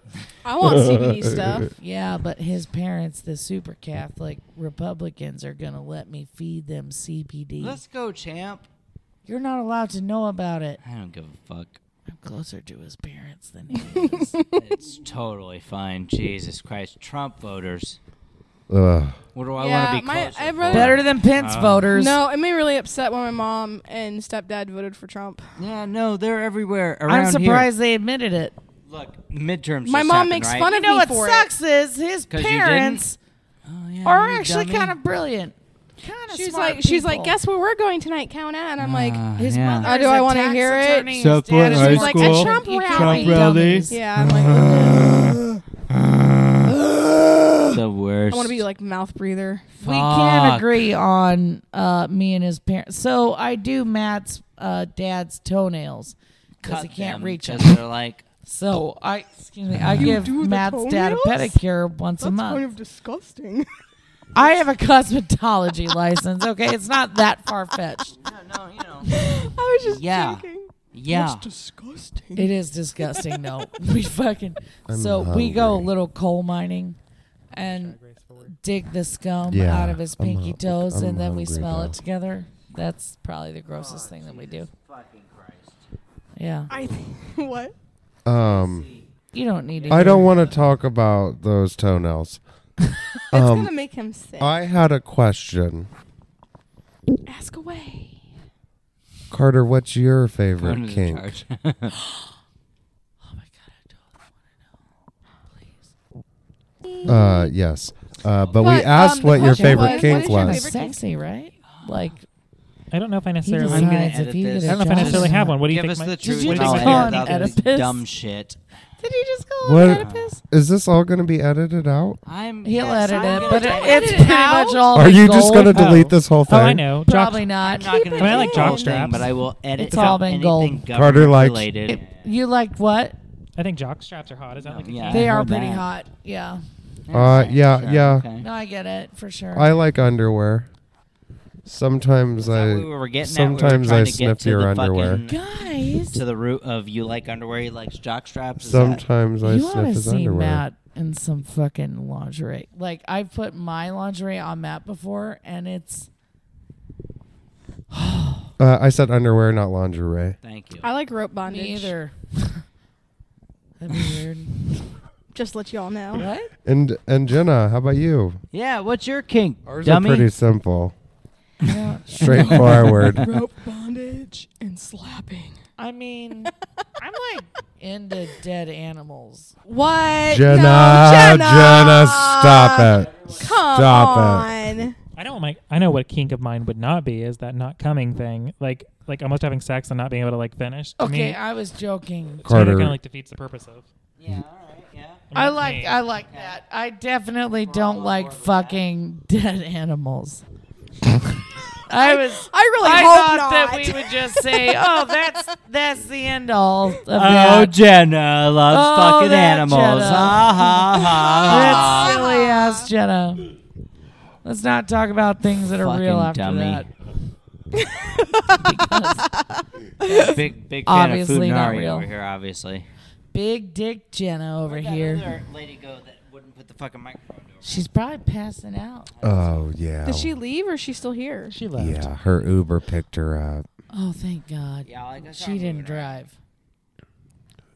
Speaker 6: I want CBD stuff.
Speaker 5: Yeah, but his parents, the super Catholic Republicans, are gonna let me feed them CBD.
Speaker 4: Let's go, champ.
Speaker 5: You're not allowed to know about it.
Speaker 4: I don't give a fuck.
Speaker 5: I'm closer to his parents than he is.
Speaker 4: It's totally fine. Jesus Christ. Trump voters.
Speaker 3: Ugh.
Speaker 4: What do I
Speaker 6: Yeah,
Speaker 4: want to be
Speaker 6: my-
Speaker 4: closer
Speaker 6: I'd
Speaker 4: for?
Speaker 6: rather-
Speaker 5: Better than Pence
Speaker 4: Uh,
Speaker 5: voters.
Speaker 6: No, it made me really upset when my mom and stepdad voted for Trump.
Speaker 4: Yeah, no, they're everywhere around
Speaker 5: I'm surprised they admitted it.
Speaker 4: here. Look, the midterms.
Speaker 6: My
Speaker 4: just
Speaker 6: mom
Speaker 4: happened,
Speaker 6: makes
Speaker 4: right?
Speaker 6: fun
Speaker 5: You
Speaker 6: of
Speaker 5: know
Speaker 6: me
Speaker 5: what
Speaker 6: for
Speaker 5: sucks is his
Speaker 4: 'Cause you
Speaker 5: parents
Speaker 4: Oh, yeah,
Speaker 5: are
Speaker 4: you
Speaker 5: actually
Speaker 4: dummy.
Speaker 5: kind of brilliant. Kind of
Speaker 6: She's like, she's like, guess where we're going tonight, Kona? And I'm like,
Speaker 4: Ah,
Speaker 5: His
Speaker 4: yeah.
Speaker 5: mother
Speaker 6: Uh, do
Speaker 5: is
Speaker 6: I
Speaker 5: a
Speaker 6: wanna
Speaker 5: tax
Speaker 6: hear it?
Speaker 5: attorney. His
Speaker 2: South
Speaker 5: dad
Speaker 2: Point
Speaker 5: is
Speaker 2: High
Speaker 5: like a
Speaker 6: School.
Speaker 5: Trump
Speaker 6: You can't
Speaker 5: rally.
Speaker 2: be dummies.
Speaker 6: yeah, I'm like,
Speaker 4: the worst.
Speaker 6: I want to be like mouth breather.
Speaker 5: We can't
Speaker 4: Fuck.
Speaker 5: agree on uh, me and his parents. So I do Matt's uh, dad's toenails because
Speaker 4: Cut
Speaker 5: he can't
Speaker 4: them
Speaker 5: reach us.
Speaker 4: because They're like,
Speaker 5: So I, excuse me, I give
Speaker 6: do the
Speaker 5: Matt's dad a
Speaker 6: toenails?
Speaker 5: pedicure once a month.
Speaker 6: disgusting.
Speaker 5: I have a cosmetology license. Okay, it's not that far fetched.
Speaker 4: no, no, you know.
Speaker 6: I was just
Speaker 4: Yeah.
Speaker 6: joking.
Speaker 4: Yeah.
Speaker 6: disgusting.
Speaker 5: It is disgusting though. We fucking
Speaker 3: I'm
Speaker 5: so we go a
Speaker 3: hungry.
Speaker 5: little coal mining and dig the scum
Speaker 3: Yeah,
Speaker 5: out of his
Speaker 3: I'm
Speaker 5: pinky
Speaker 3: hungry-
Speaker 5: toes,
Speaker 3: I'm
Speaker 5: and then we
Speaker 3: hungry
Speaker 5: smell
Speaker 3: now.
Speaker 5: it together. That's probably the grossest thing that we do.
Speaker 4: Fucking Christ.
Speaker 5: Yeah,
Speaker 6: I think what?
Speaker 3: Um,
Speaker 5: you don't need to.
Speaker 3: I
Speaker 5: do
Speaker 3: don't want to talk about those toenails.
Speaker 6: It's
Speaker 3: Um,
Speaker 6: gonna make him sick.
Speaker 3: I had a question,
Speaker 6: Ask away.
Speaker 3: Carter. What's your favorite
Speaker 4: Under the
Speaker 3: kink?
Speaker 4: charge.
Speaker 5: Oh
Speaker 3: Uh, yes. Uh, but, we
Speaker 6: But,
Speaker 3: asked
Speaker 6: um,
Speaker 3: what
Speaker 6: the
Speaker 3: your
Speaker 6: question
Speaker 3: favorite
Speaker 6: was-
Speaker 3: kink
Speaker 6: what
Speaker 5: Kind
Speaker 6: is
Speaker 5: of
Speaker 3: was.
Speaker 6: your favorite- kink?
Speaker 5: sexy, right? Like
Speaker 7: I don't know if I
Speaker 5: he
Speaker 7: necessarily.
Speaker 5: decides
Speaker 4: I'm gonna
Speaker 5: if
Speaker 4: edit
Speaker 5: he
Speaker 4: this.
Speaker 5: get a
Speaker 4: I
Speaker 7: I don't know if I
Speaker 5: job
Speaker 7: necessarily
Speaker 5: or
Speaker 7: have
Speaker 5: not.
Speaker 7: one. What do you
Speaker 4: Give
Speaker 7: think?
Speaker 4: us
Speaker 7: my-
Speaker 4: the
Speaker 5: Did
Speaker 4: truth.
Speaker 5: you
Speaker 7: what do
Speaker 4: and
Speaker 7: you
Speaker 5: just
Speaker 4: I'll
Speaker 7: think
Speaker 5: call
Speaker 4: edit
Speaker 7: my-
Speaker 5: him
Speaker 4: out all this
Speaker 5: Oedipus?
Speaker 4: dumb shit.
Speaker 5: Did he just call
Speaker 3: What-
Speaker 5: him Oedipus?
Speaker 3: Is this all going to be edited out?
Speaker 4: I'm
Speaker 5: He'll
Speaker 4: yes, I'm
Speaker 5: edit it,
Speaker 4: gonna
Speaker 5: but
Speaker 4: edit
Speaker 5: it's
Speaker 4: it.
Speaker 5: pretty
Speaker 1: out?
Speaker 5: much all.
Speaker 3: Are
Speaker 5: the
Speaker 3: you just
Speaker 5: gold.
Speaker 3: going to delete
Speaker 7: Oh.
Speaker 3: this whole thing?
Speaker 7: Oh, I know.
Speaker 5: Probably
Speaker 7: Jock-
Speaker 5: not.
Speaker 4: I'm not gonna
Speaker 7: I mean, I like
Speaker 4: edit the whole thing,
Speaker 7: jock straps.
Speaker 4: but I will edit
Speaker 5: It's all
Speaker 4: out
Speaker 5: been
Speaker 4: anything
Speaker 5: gold.
Speaker 3: Carter likes-
Speaker 4: government-related.
Speaker 5: You like what?
Speaker 7: I think jock straps are hot. Is that like a
Speaker 4: Yeah.
Speaker 7: yeah.
Speaker 5: They
Speaker 4: I
Speaker 5: are
Speaker 4: heard
Speaker 5: pretty
Speaker 4: that.
Speaker 5: hot. Yeah.
Speaker 3: Uh, yeah,
Speaker 4: Sure,
Speaker 3: yeah.
Speaker 4: okay.
Speaker 5: No, I get it for sure.
Speaker 3: I like underwear. Sometimes
Speaker 4: Is that
Speaker 3: I.
Speaker 4: what we were getting at? We were
Speaker 3: sometimes
Speaker 4: trying
Speaker 3: I
Speaker 4: to get
Speaker 3: sniff
Speaker 4: to
Speaker 3: your
Speaker 4: the
Speaker 3: underwear.
Speaker 4: fucking-
Speaker 5: Guys,
Speaker 4: to the root of you like underwear, you like jock straps. Is that-
Speaker 3: Sometimes I
Speaker 5: you want
Speaker 3: sniff
Speaker 5: to
Speaker 3: his
Speaker 5: see
Speaker 3: underwear.
Speaker 5: Matt in some fucking lingerie? Like I've put my lingerie on Matt before, and it's
Speaker 3: Uh, I said underwear, not lingerie.
Speaker 4: Thank you.
Speaker 6: I like rope bondage.
Speaker 5: me either. That'd be weird.
Speaker 6: Just let y'all know.
Speaker 5: what?
Speaker 3: And and Jenna, how about you?
Speaker 4: Yeah, what's your kink,
Speaker 3: Ours
Speaker 4: dummy?
Speaker 3: are pretty simple,
Speaker 5: Yeah.
Speaker 3: straightforward.
Speaker 6: rope bondage and slapping.
Speaker 5: I mean, I'm like into dead animals.
Speaker 6: What?
Speaker 3: Jenna,
Speaker 6: no, Jenna,
Speaker 3: Jenna, stop it.
Speaker 6: Come
Speaker 3: Stop
Speaker 6: on.
Speaker 7: I know my I know what a kink of mine would not be is that not coming thing. Like like almost having sex and not being able to like finish. To
Speaker 5: Okay,
Speaker 7: me,
Speaker 5: I was joking.
Speaker 7: Carter
Speaker 3: Carter,
Speaker 7: kind of like defeats the purpose of.
Speaker 4: Yeah, all right, yeah.
Speaker 5: I
Speaker 7: mean, to
Speaker 5: like uh,
Speaker 7: me.
Speaker 5: I like that. I definitely don't like fucking dead animals. I was
Speaker 6: I really
Speaker 5: I
Speaker 6: hope
Speaker 5: thought
Speaker 6: not.
Speaker 5: that we would just say, "Oh, that's that's the end all of
Speaker 4: Oh,
Speaker 5: that."
Speaker 4: Jenna loves
Speaker 5: Oh,
Speaker 4: fucking
Speaker 5: that
Speaker 4: animals.
Speaker 5: Jenna.
Speaker 4: Ha ha ha.
Speaker 5: That's silly ass Jenna. Let's not talk about things that are
Speaker 4: Fucking
Speaker 5: real after
Speaker 4: dummy.
Speaker 5: that.
Speaker 4: ha. Big big fan of
Speaker 5: Obviously not
Speaker 4: Futanari
Speaker 5: real.
Speaker 4: over here, obviously.
Speaker 5: Big dick Jenna over here.
Speaker 4: lady go that wouldn't put the fucking microphone
Speaker 5: She's probably passing out.
Speaker 3: Oh yeah.
Speaker 6: Did she leave or is she still here?
Speaker 7: She left.
Speaker 3: Yeah, her Uber picked her up.
Speaker 5: Oh, thank God.
Speaker 4: Yeah, like I saw
Speaker 5: she
Speaker 4: her
Speaker 5: didn't
Speaker 4: moving around.
Speaker 5: drive.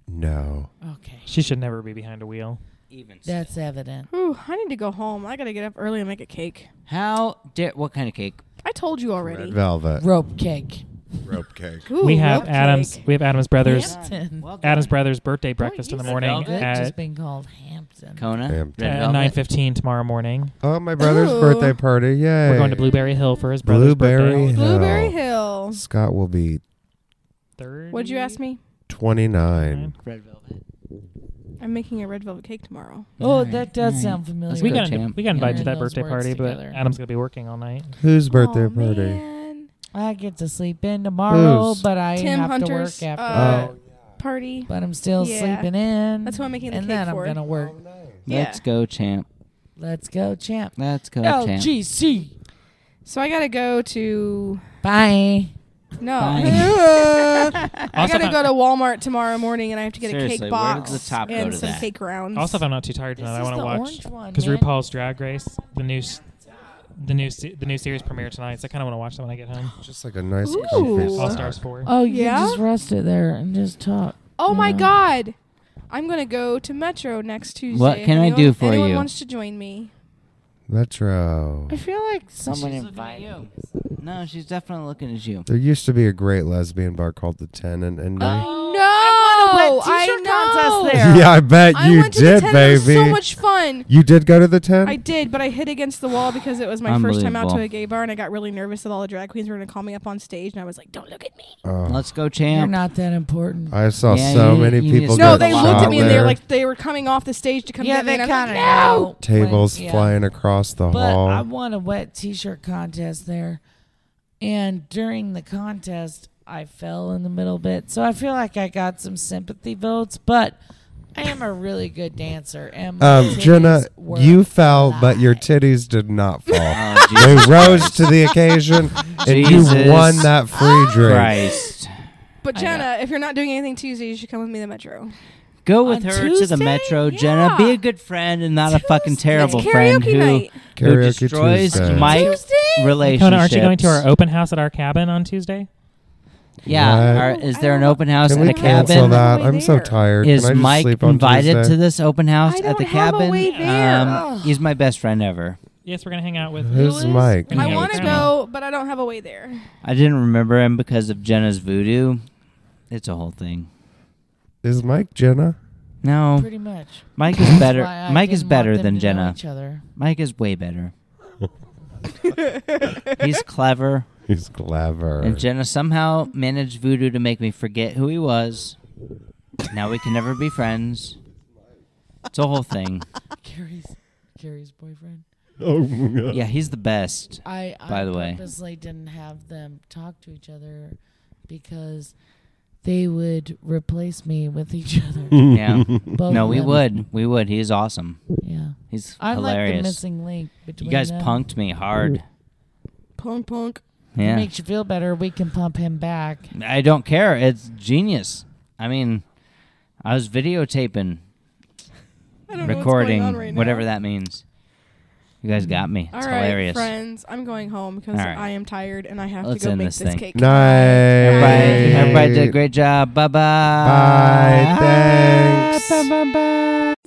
Speaker 3: No.
Speaker 5: Okay.
Speaker 7: She should never be behind a wheel.
Speaker 4: Even.
Speaker 5: That's evident.
Speaker 6: Ooh, I need to go home. I gotta get up early and make a cake.
Speaker 4: How dare what kind of cake?
Speaker 6: I told you already.
Speaker 3: Red velvet
Speaker 5: Rope cake.
Speaker 3: Uh, rope cake.
Speaker 6: Ooh,
Speaker 7: we have
Speaker 6: rope
Speaker 7: Adams.
Speaker 6: cake.
Speaker 7: We have Adams Brothers.
Speaker 5: Hampton.
Speaker 4: Well done.
Speaker 7: Adams Brothers birthday breakfast in the
Speaker 5: Boy, you
Speaker 7: morning
Speaker 5: could
Speaker 7: at
Speaker 5: just been called Hampton.
Speaker 4: Kona.
Speaker 3: Damn.
Speaker 4: Red
Speaker 7: at
Speaker 4: Velvet.
Speaker 7: nine fifteen tomorrow morning.
Speaker 3: Oh, my brother's
Speaker 6: Ooh.
Speaker 3: birthday party! Yay!
Speaker 7: We're going to Blueberry Hill for his brother's
Speaker 3: Blueberry
Speaker 7: birthday.
Speaker 3: Hill.
Speaker 6: Blueberry Hill.
Speaker 3: Scott will be
Speaker 7: Third.
Speaker 6: What'd you ask me?
Speaker 3: twenty nine.
Speaker 4: Red Velvet.
Speaker 6: I'm making a red velvet cake tomorrow.
Speaker 5: Oh,
Speaker 4: Alright,
Speaker 5: that does
Speaker 4: alright.
Speaker 5: sound familiar.
Speaker 7: We
Speaker 4: Good
Speaker 7: got
Speaker 4: champ.
Speaker 7: we got invited to
Speaker 5: Hearing
Speaker 7: that
Speaker 5: those
Speaker 7: birthday
Speaker 5: words
Speaker 7: party,
Speaker 5: together.
Speaker 7: but Adam's gonna be working all night.
Speaker 3: Whose birthday
Speaker 6: Aw,
Speaker 3: party?
Speaker 6: Oh, man.
Speaker 5: I get to sleep in tomorrow,
Speaker 3: Who's?
Speaker 5: but I
Speaker 6: Tim
Speaker 5: have
Speaker 6: Hunter's
Speaker 5: to work after
Speaker 6: uh,
Speaker 3: Oh.
Speaker 5: that.
Speaker 6: party.
Speaker 5: But I'm still
Speaker 6: yeah.
Speaker 5: sleeping in.
Speaker 6: That's who I'm making the
Speaker 5: and
Speaker 6: cake
Speaker 5: then
Speaker 6: for.
Speaker 5: I'm gonna work.
Speaker 3: Oh,
Speaker 4: Let's
Speaker 6: Yeah.
Speaker 4: go, champ.
Speaker 5: Let's go, champ.
Speaker 4: Let's go,
Speaker 5: Oh,
Speaker 4: champ.
Speaker 5: LGC.
Speaker 6: So I gotta go to
Speaker 5: Bye.
Speaker 6: no.
Speaker 4: Fine.
Speaker 6: I
Speaker 7: Also
Speaker 6: gotta
Speaker 7: found-
Speaker 6: go to Walmart tomorrow morning, and I have to get a
Speaker 4: Seriously,
Speaker 6: cake
Speaker 4: where
Speaker 6: box
Speaker 4: does the top go
Speaker 6: and
Speaker 4: to
Speaker 6: some
Speaker 4: that?
Speaker 6: cake rounds.
Speaker 7: Also, if I'm not too tired tonight, I
Speaker 5: is
Speaker 7: want
Speaker 5: the
Speaker 7: to watch
Speaker 5: orange one,
Speaker 7: because
Speaker 5: man.
Speaker 7: RuPaul's Drag Race, the new, s- the new, se- the new series premiere tonight. So I kind of want to watch that when I get home.
Speaker 3: Just like a nice
Speaker 6: Ooh.
Speaker 3: comfy
Speaker 6: All
Speaker 7: All
Speaker 3: sock.
Speaker 7: Stars Four.
Speaker 5: Oh, you
Speaker 6: Yeah?
Speaker 5: can just rest it there and just talk.
Speaker 6: oh my
Speaker 5: Yeah.
Speaker 6: god, I'm gonna go to Metro next Tuesday.
Speaker 4: What
Speaker 6: if
Speaker 4: can I
Speaker 6: anyone-
Speaker 4: do for
Speaker 6: anyone
Speaker 4: you?
Speaker 6: wants to join me?
Speaker 3: Metro.
Speaker 5: I feel like someone
Speaker 4: She's
Speaker 5: invited.
Speaker 4: looking at you. No, she's definitely looking at you.
Speaker 3: There used to be a great lesbian bar called the Ten in
Speaker 6: Oh,
Speaker 3: Indy.
Speaker 6: No, I,
Speaker 5: won a wet t-shirt contest
Speaker 6: know.
Speaker 5: there.
Speaker 3: yeah, I bet
Speaker 6: I
Speaker 3: you
Speaker 6: went to
Speaker 3: did,
Speaker 6: the tent. It was
Speaker 3: baby.
Speaker 6: so much fun.
Speaker 3: you did go to the Ten.
Speaker 6: I did, but I hid against the wall because it was my first time out to
Speaker 4: Um, Unbelievable.
Speaker 6: a gay bar, and I got really nervous that all the drag queens were going to call me up on stage, and I was like, "Don't look at me."
Speaker 3: Oh,
Speaker 4: Let's go,
Speaker 5: You're
Speaker 4: champ.
Speaker 5: not that important.
Speaker 3: I saw
Speaker 4: Yeah,
Speaker 3: so
Speaker 4: you-
Speaker 3: many
Speaker 4: you
Speaker 3: people.
Speaker 4: just
Speaker 3: get
Speaker 6: No,
Speaker 4: got
Speaker 6: they
Speaker 4: a
Speaker 6: looked
Speaker 4: lot
Speaker 6: at me and they were
Speaker 3: there.
Speaker 6: like, they were coming off the stage to come
Speaker 5: yeah,
Speaker 6: get me.
Speaker 5: they
Speaker 6: and
Speaker 5: kind of
Speaker 6: I'm like, no.
Speaker 3: tables flying across the
Speaker 5: But
Speaker 3: hall. Um,
Speaker 5: I won a wet T-shirt contest there, and during the contest, I fell in the middle bit, so I feel like I got some sympathy votes. But I am a really good dancer, and my
Speaker 3: um,
Speaker 5: titties
Speaker 3: Jenna,
Speaker 5: were
Speaker 3: you fell, but your
Speaker 5: fly.
Speaker 3: titties did not fall.
Speaker 4: Oh,
Speaker 3: they
Speaker 4: Jesus
Speaker 3: rose to the occasion, and
Speaker 4: Jesus
Speaker 3: you won that free drink.
Speaker 4: Christ.
Speaker 6: But
Speaker 4: I
Speaker 6: Jenna, if you're not doing anything Tuesday, you should come with me to the Metro.
Speaker 4: Go with
Speaker 5: On
Speaker 4: her to the
Speaker 5: Tuesday?
Speaker 4: metro,
Speaker 6: Yeah.
Speaker 4: Jenna. Be a good friend and not a fucking
Speaker 5: Tuesday.
Speaker 4: terrible
Speaker 6: it's
Speaker 4: friend
Speaker 6: karaoke
Speaker 4: who,
Speaker 6: night.
Speaker 4: who
Speaker 3: Karaoke
Speaker 4: destroys
Speaker 3: Tuesday.
Speaker 4: Mike relationships.
Speaker 7: Kona, aren't you going to our open house at our cabin on Tuesday?
Speaker 4: Yeah.
Speaker 3: What?
Speaker 4: Are, is
Speaker 6: I
Speaker 4: there an
Speaker 6: don't-
Speaker 4: open house
Speaker 3: Can
Speaker 4: at
Speaker 3: we
Speaker 4: a
Speaker 3: cancel
Speaker 4: cabin?
Speaker 3: that?
Speaker 6: Way
Speaker 3: I'm so
Speaker 6: there.
Speaker 3: tired.
Speaker 4: Is
Speaker 3: Can I just
Speaker 4: Mike
Speaker 3: sleep on
Speaker 4: invited
Speaker 3: Tuesday?
Speaker 4: to this open house
Speaker 6: I
Speaker 4: at the
Speaker 6: don't have a
Speaker 4: cabin?
Speaker 6: way there.
Speaker 4: Um,
Speaker 6: Ugh.
Speaker 4: he's my best friend ever.
Speaker 7: Yes, we're going to hang out with.
Speaker 3: Who's Mike?
Speaker 7: Yeah,
Speaker 6: I want to
Speaker 7: it's
Speaker 6: go, but I don't have a way there.
Speaker 4: I didn't remember him because of Jenna's voodoo. It's a whole thing.
Speaker 3: Is Mike Jenna? um,
Speaker 4: No,
Speaker 5: pretty much.
Speaker 4: Mike is better.
Speaker 5: Why I
Speaker 4: Mike is
Speaker 5: didn't want
Speaker 4: better
Speaker 5: them
Speaker 4: than
Speaker 5: to know
Speaker 4: Jenna.
Speaker 5: Each other.
Speaker 4: Mike is way better. He's clever,
Speaker 3: He's clever.
Speaker 4: and Jenna somehow managed voodoo to make me forget who he was. Now we can never be friends. It's a whole thing.
Speaker 5: Carrie's Carrie's boyfriend.
Speaker 3: Oh, my God.
Speaker 4: Yeah, he's the best.
Speaker 5: I, I
Speaker 4: By the way.
Speaker 5: purposely didn't have them talk to each other because they would replace me with each other.
Speaker 4: Yeah.
Speaker 5: Both
Speaker 4: No,
Speaker 5: of
Speaker 4: we
Speaker 5: them.
Speaker 4: would. We would. He's awesome.
Speaker 5: Yeah,
Speaker 4: He's
Speaker 5: I'm like the
Speaker 4: hilarious.
Speaker 5: missing link between
Speaker 4: You guys
Speaker 5: them.
Speaker 4: punked me hard.
Speaker 6: Punk punk.
Speaker 5: It
Speaker 4: Yeah.
Speaker 5: makes you feel better. We can pump him back.
Speaker 4: I don't care. It's genius. I mean, I was videotaping,
Speaker 6: I
Speaker 4: recording,
Speaker 6: don't know what's going on right now.
Speaker 4: whatever that means. You guys got me.
Speaker 6: All
Speaker 4: It's
Speaker 6: right,
Speaker 4: hilarious.
Speaker 6: friends. I'm going home because
Speaker 4: All right.
Speaker 6: I am tired and I have
Speaker 4: Let's
Speaker 6: to go
Speaker 4: end
Speaker 6: make
Speaker 4: this
Speaker 6: this,
Speaker 4: thing.
Speaker 6: cake.
Speaker 3: Night.
Speaker 4: Everybody, everybody did a great job. Bye-bye.
Speaker 3: Bye. Thanks.
Speaker 4: Bye-bye.